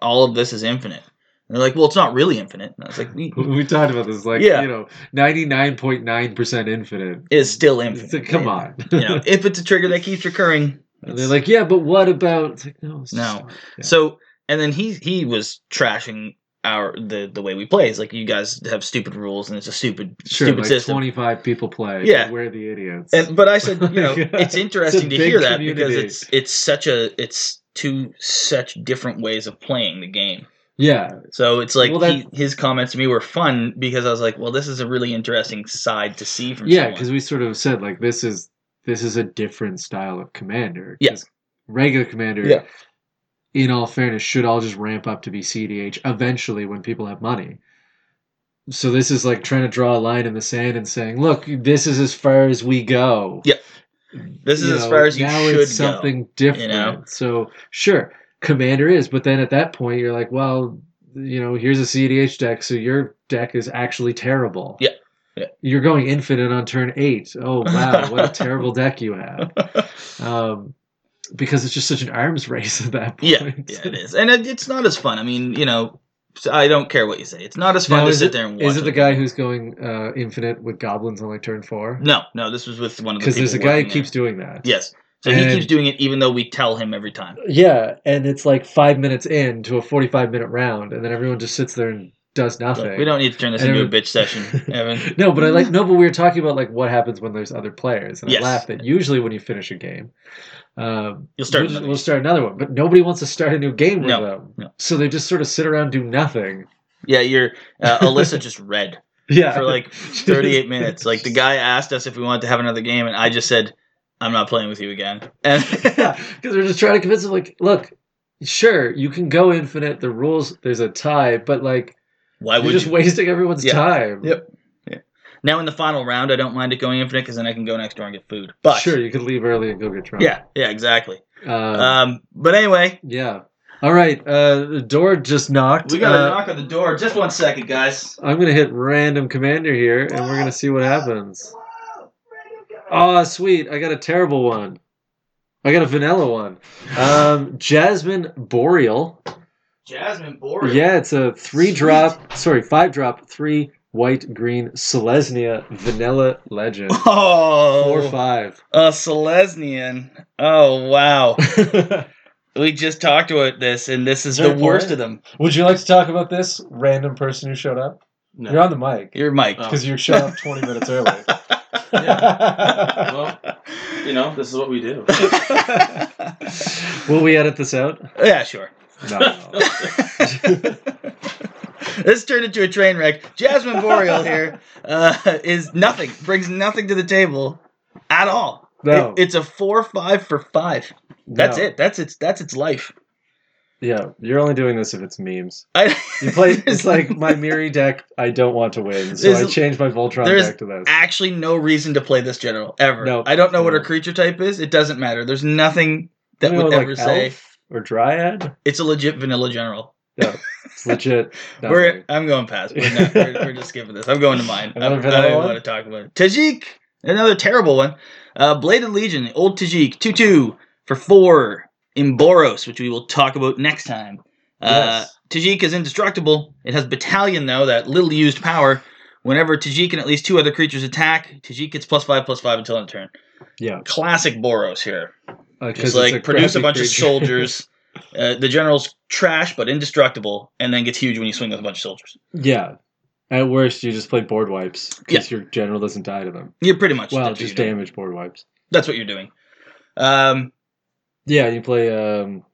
B: all of this is infinite. And they're like, well, it's not really infinite. And I was like, "We-
A: we talked about this, like
B: Yeah.
A: you know, ninety nine point nine percent infinite.
B: it's still
A: It's
B: infinite.
A: like, come on.
B: you know, if it's a trigger that keeps recurring.
A: And they're like, yeah, but what about? It's like, no, it's
B: No.
A: just- yeah.
B: So and then he he was trashing our the the way we play. He's like, you guys have stupid rules and it's a stupid
A: sure,
B: stupid
A: like
B: system.
A: twenty five people play.
B: Yeah.
A: we're the idiots.
B: And but I said, you know,
A: Yeah.
B: it's interesting
A: It's a
B: to
A: big
B: hear that because
A: community.
B: it's it's such a it's two such different ways of playing the game.
A: yeah,
B: So it's like
A: Well, that-
B: he, his comments to me were fun because I was like, well, this is a really interesting side to see from
A: yeah, because
B: someone.
A: we sort of said like this is this is a different style of commander.
B: Yeah.
A: 'cause regular commander.
B: Yeah.
A: In all fairness, should all just ramp up to be CDH eventually when people have money. So this is like trying to draw a line in the sand and saying, "Look, this is as far as we go."
B: Yeah, This is
A: you
B: as
A: know,
B: far as you
A: now
B: should
A: it's something different.
B: know?
A: So sure, commander is, but then at that point you're like, well, you know, here's a CDH deck, so your deck is actually terrible.
B: Yeah. Yeah.
A: You're going infinite on turn eight. Oh wow, what a terrible deck you have.
B: go.
A: Um, because it's just such an arms race at that point.
B: yeah, yeah, it is, and it, it's not as fun. I mean, you know, so I don't care what you say. It's not as fun
A: Now,
B: to
A: is
B: sit
A: it-
B: there and watch.
A: Is it the
B: it.
A: guy who's going uh, infinite with goblins on like turn four?
B: No, no. This was with one of the
A: Because
B: people.
A: there's a guy who
B: working
A: keeps
B: there.
A: doing that.
B: Yes. So he
A: And-
B: keeps doing it, even though we tell him every time.
A: Yeah, and it's like five minutes in to a forty-five minute round, and then everyone just sits there and does nothing.
B: Look, we don't need to turn this
A: And
B: into a
A: every-
B: bitch session, Evan.
A: no, but I like no, but we were talking about like what happens when there's other players, and
B: Yes.
A: I laugh that usually when you finish a game, um,
B: You'll start
A: we'll,
B: another
A: we'll start another one, but nobody wants to start a new game with
B: No,
A: them,
B: no.
A: so they just sort of sit around and do nothing.
B: Yeah, you're uh, Alyssa just read
A: Yeah,
B: for like 38 minutes. Like the guy asked us if we wanted to have another game, and I just said, "I'm not playing with you again." And
A: yeah, because they're just trying to convince them, like, look, sure, you can go infinite. The rules, there's a tie, but like
B: why
A: you're
B: would
A: just
B: you?
A: wasting everyone's
B: Yeah.
A: time.
B: Yep. now in the final round, I don't mind it going infinite because then I can go next door and get food. But
A: sure, you could leave early and go get drunk.
B: yeah, yeah, exactly.
A: Uh,
B: Um, but anyway,
A: yeah. All right. Uh, the door just knocked.
B: we got
A: Uh,
B: a knock on the door. Just one second, guys.
A: I'm gonna hit random commander here, and we're gonna see what happens. Oh, sweet! I got a terrible one. I got a vanilla one. Um, Jasmine Boreal.
B: Jasmine Boreal.
A: Yeah, it's a three drop. Sorry, five drop. Three white green Selesnia Vanilla Legend.
B: Oh,
A: Four five.
B: a Selesnian. Oh wow. We just talked about this, and this is
A: Is there
B: the
A: a
B: worst
A: point?
B: of them.
A: Would you like to talk about this random person who showed up? You're on the mic
B: You're Mike.
C: Oh.
A: because you showed up 20 minutes early.
C: Well, you know, this is what we do.
A: Will we edit this out?
B: yeah, sure.
A: No.
B: this turned into a train wreck. Jasmine Boreal here uh, is nothing, brings nothing to the table at all.
A: No.
B: It- it's a four five for five. That's
A: No.
B: it. That's its that's its life.
A: Yeah, you're only doing this if it's memes.
B: I,
A: You play. it's like my Miri deck. I don't want to win, so I
B: There's-
A: changed my Voltron
B: there's
A: deck to this.
B: actually no reason to play this general ever.
A: No.
B: I don't know what her
A: No.
B: creature type is. It doesn't matter. There's nothing that
A: You
B: would
A: know, like
B: ever say
A: Elf or Dryad.
B: it's a legit vanilla general.
A: It's legit.
B: We're
A: nothing.
B: I'm going past. We're, not, we're, we're just skipping this. I'm going to mine. I
A: Another
B: don't, I
A: vanilla
B: don't even
A: one?
B: want to talk about it. Tajik, another terrible one. Uh, Bladed Legion, old Tajik, two two for four in Boros, which we will talk about next time. Uh,
A: Yes.
B: Tajik is indestructible. It has Battalion though, that little used power. Whenever Tajik and at least two other creatures attack, Tajik gets plus five plus five until end of turn.
A: yeah,
B: Classic Boros here.
A: uh, 'cause
B: Just
A: it's
B: like produce a
A: crappy
B: bunch of
A: creature.
B: soldiers. Uh, the general's trash but indestructible, and then gets huge when you swing with a bunch of soldiers.
A: yeah. At worst, you just play board wipes
B: Yeah.
A: because your general doesn't die to them.
B: Yeah, pretty much.
A: Well,
B: that's
A: just
B: what you're doing.
A: damage board wipes.
B: That's what you're doing. Um,
A: Yeah, you play. um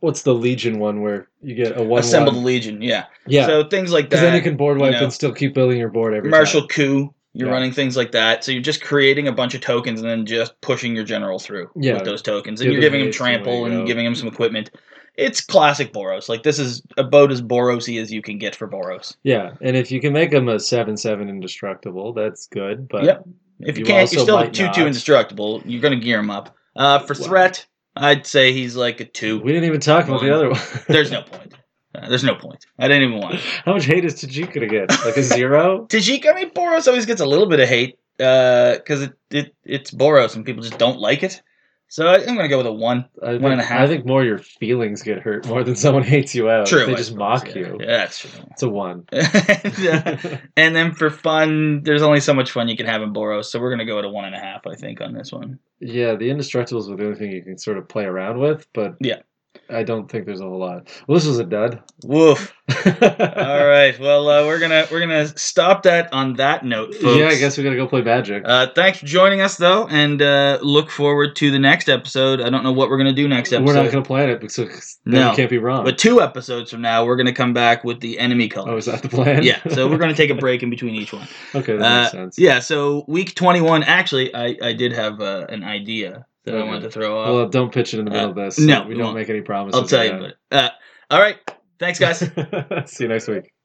A: What's the Legion one where you get a one?
B: assemble the
A: one?
B: legion. Yeah.
A: Yeah,
B: So things like
A: because
B: that.
A: then you can board wipe
B: know,
A: and still keep building your board every
B: martial
A: time.
B: coup. You're
A: Yeah.
B: running things like that. So you're just creating a bunch of tokens and then just pushing your general through
A: Yeah.
B: with those tokens,
A: Give
B: and you're
A: them
B: giving him
A: haste and away
B: trample
A: you
B: and
A: go.
B: giving him some equipment. It's classic Boros. Like this is about as Borosy as you can get for Boros.
A: Yeah, and if you can make them a seven seven indestructible, that's good. But
B: Yep. If you,
A: You
B: can't, you're
A: also
B: still a
A: might
B: two
A: not.
B: two indestructible. You're gonna gear him up. Uh, for
A: Wow.
B: threat, I'd say he's like a two.
A: we didn't even talk about the other one.
B: There's no point. Uh, there's no point. I didn't even want. It.
A: How much hate is Tajik gonna get? Like a zero?
B: Tajik, I mean, Boros always gets a little bit of hate because it, it it's Boros and people just don't like it. So I, I'm going to go with a one.
A: I think,
B: One and a half.
A: I think more your feelings get hurt more than someone hates you out.
B: True.
A: They
B: I
A: just
B: suppose,
A: mock
B: yeah.
A: you.
B: Yeah, that's true.
A: It's a one.
B: and, uh, and then for fun, there's only so much fun you can have in Boros, so we're going to go at a one and a half, I think, on this one.
A: yeah, the indestructibles were the only thing you can sort of play around with, but
B: Yeah.
A: I don't think there's a whole lot. Well, this was a dud.
B: Woof. All right. Well, uh, we're gonna we're gonna stop that on that note, folks.
A: Yeah, I guess we gotta go play Magic.
B: Uh, thanks for joining us, though, and uh, look forward to the next episode. I don't know what we're gonna do next episode.
A: We're not gonna plan it because then
B: No.
A: we can't be wrong.
B: But two episodes from now, we're going to come back with the enemy
A: oh, is
B: colors.
A: that the plan?
B: yeah, so we're going to take a break in between each one.
A: okay, that
B: Uh,
A: makes sense.
B: yeah, so week 21, actually, I, I did have uh, an idea that I
A: Okay.
B: wanted to throw off.
A: Well, don't pitch it in the middle
B: uh,
A: of this.
B: no,
A: we
B: we
A: don't
B: won't.
A: make any promises.
B: I'll tell you about it. Uh, all right. Thanks, guys.
A: guys. See you next week.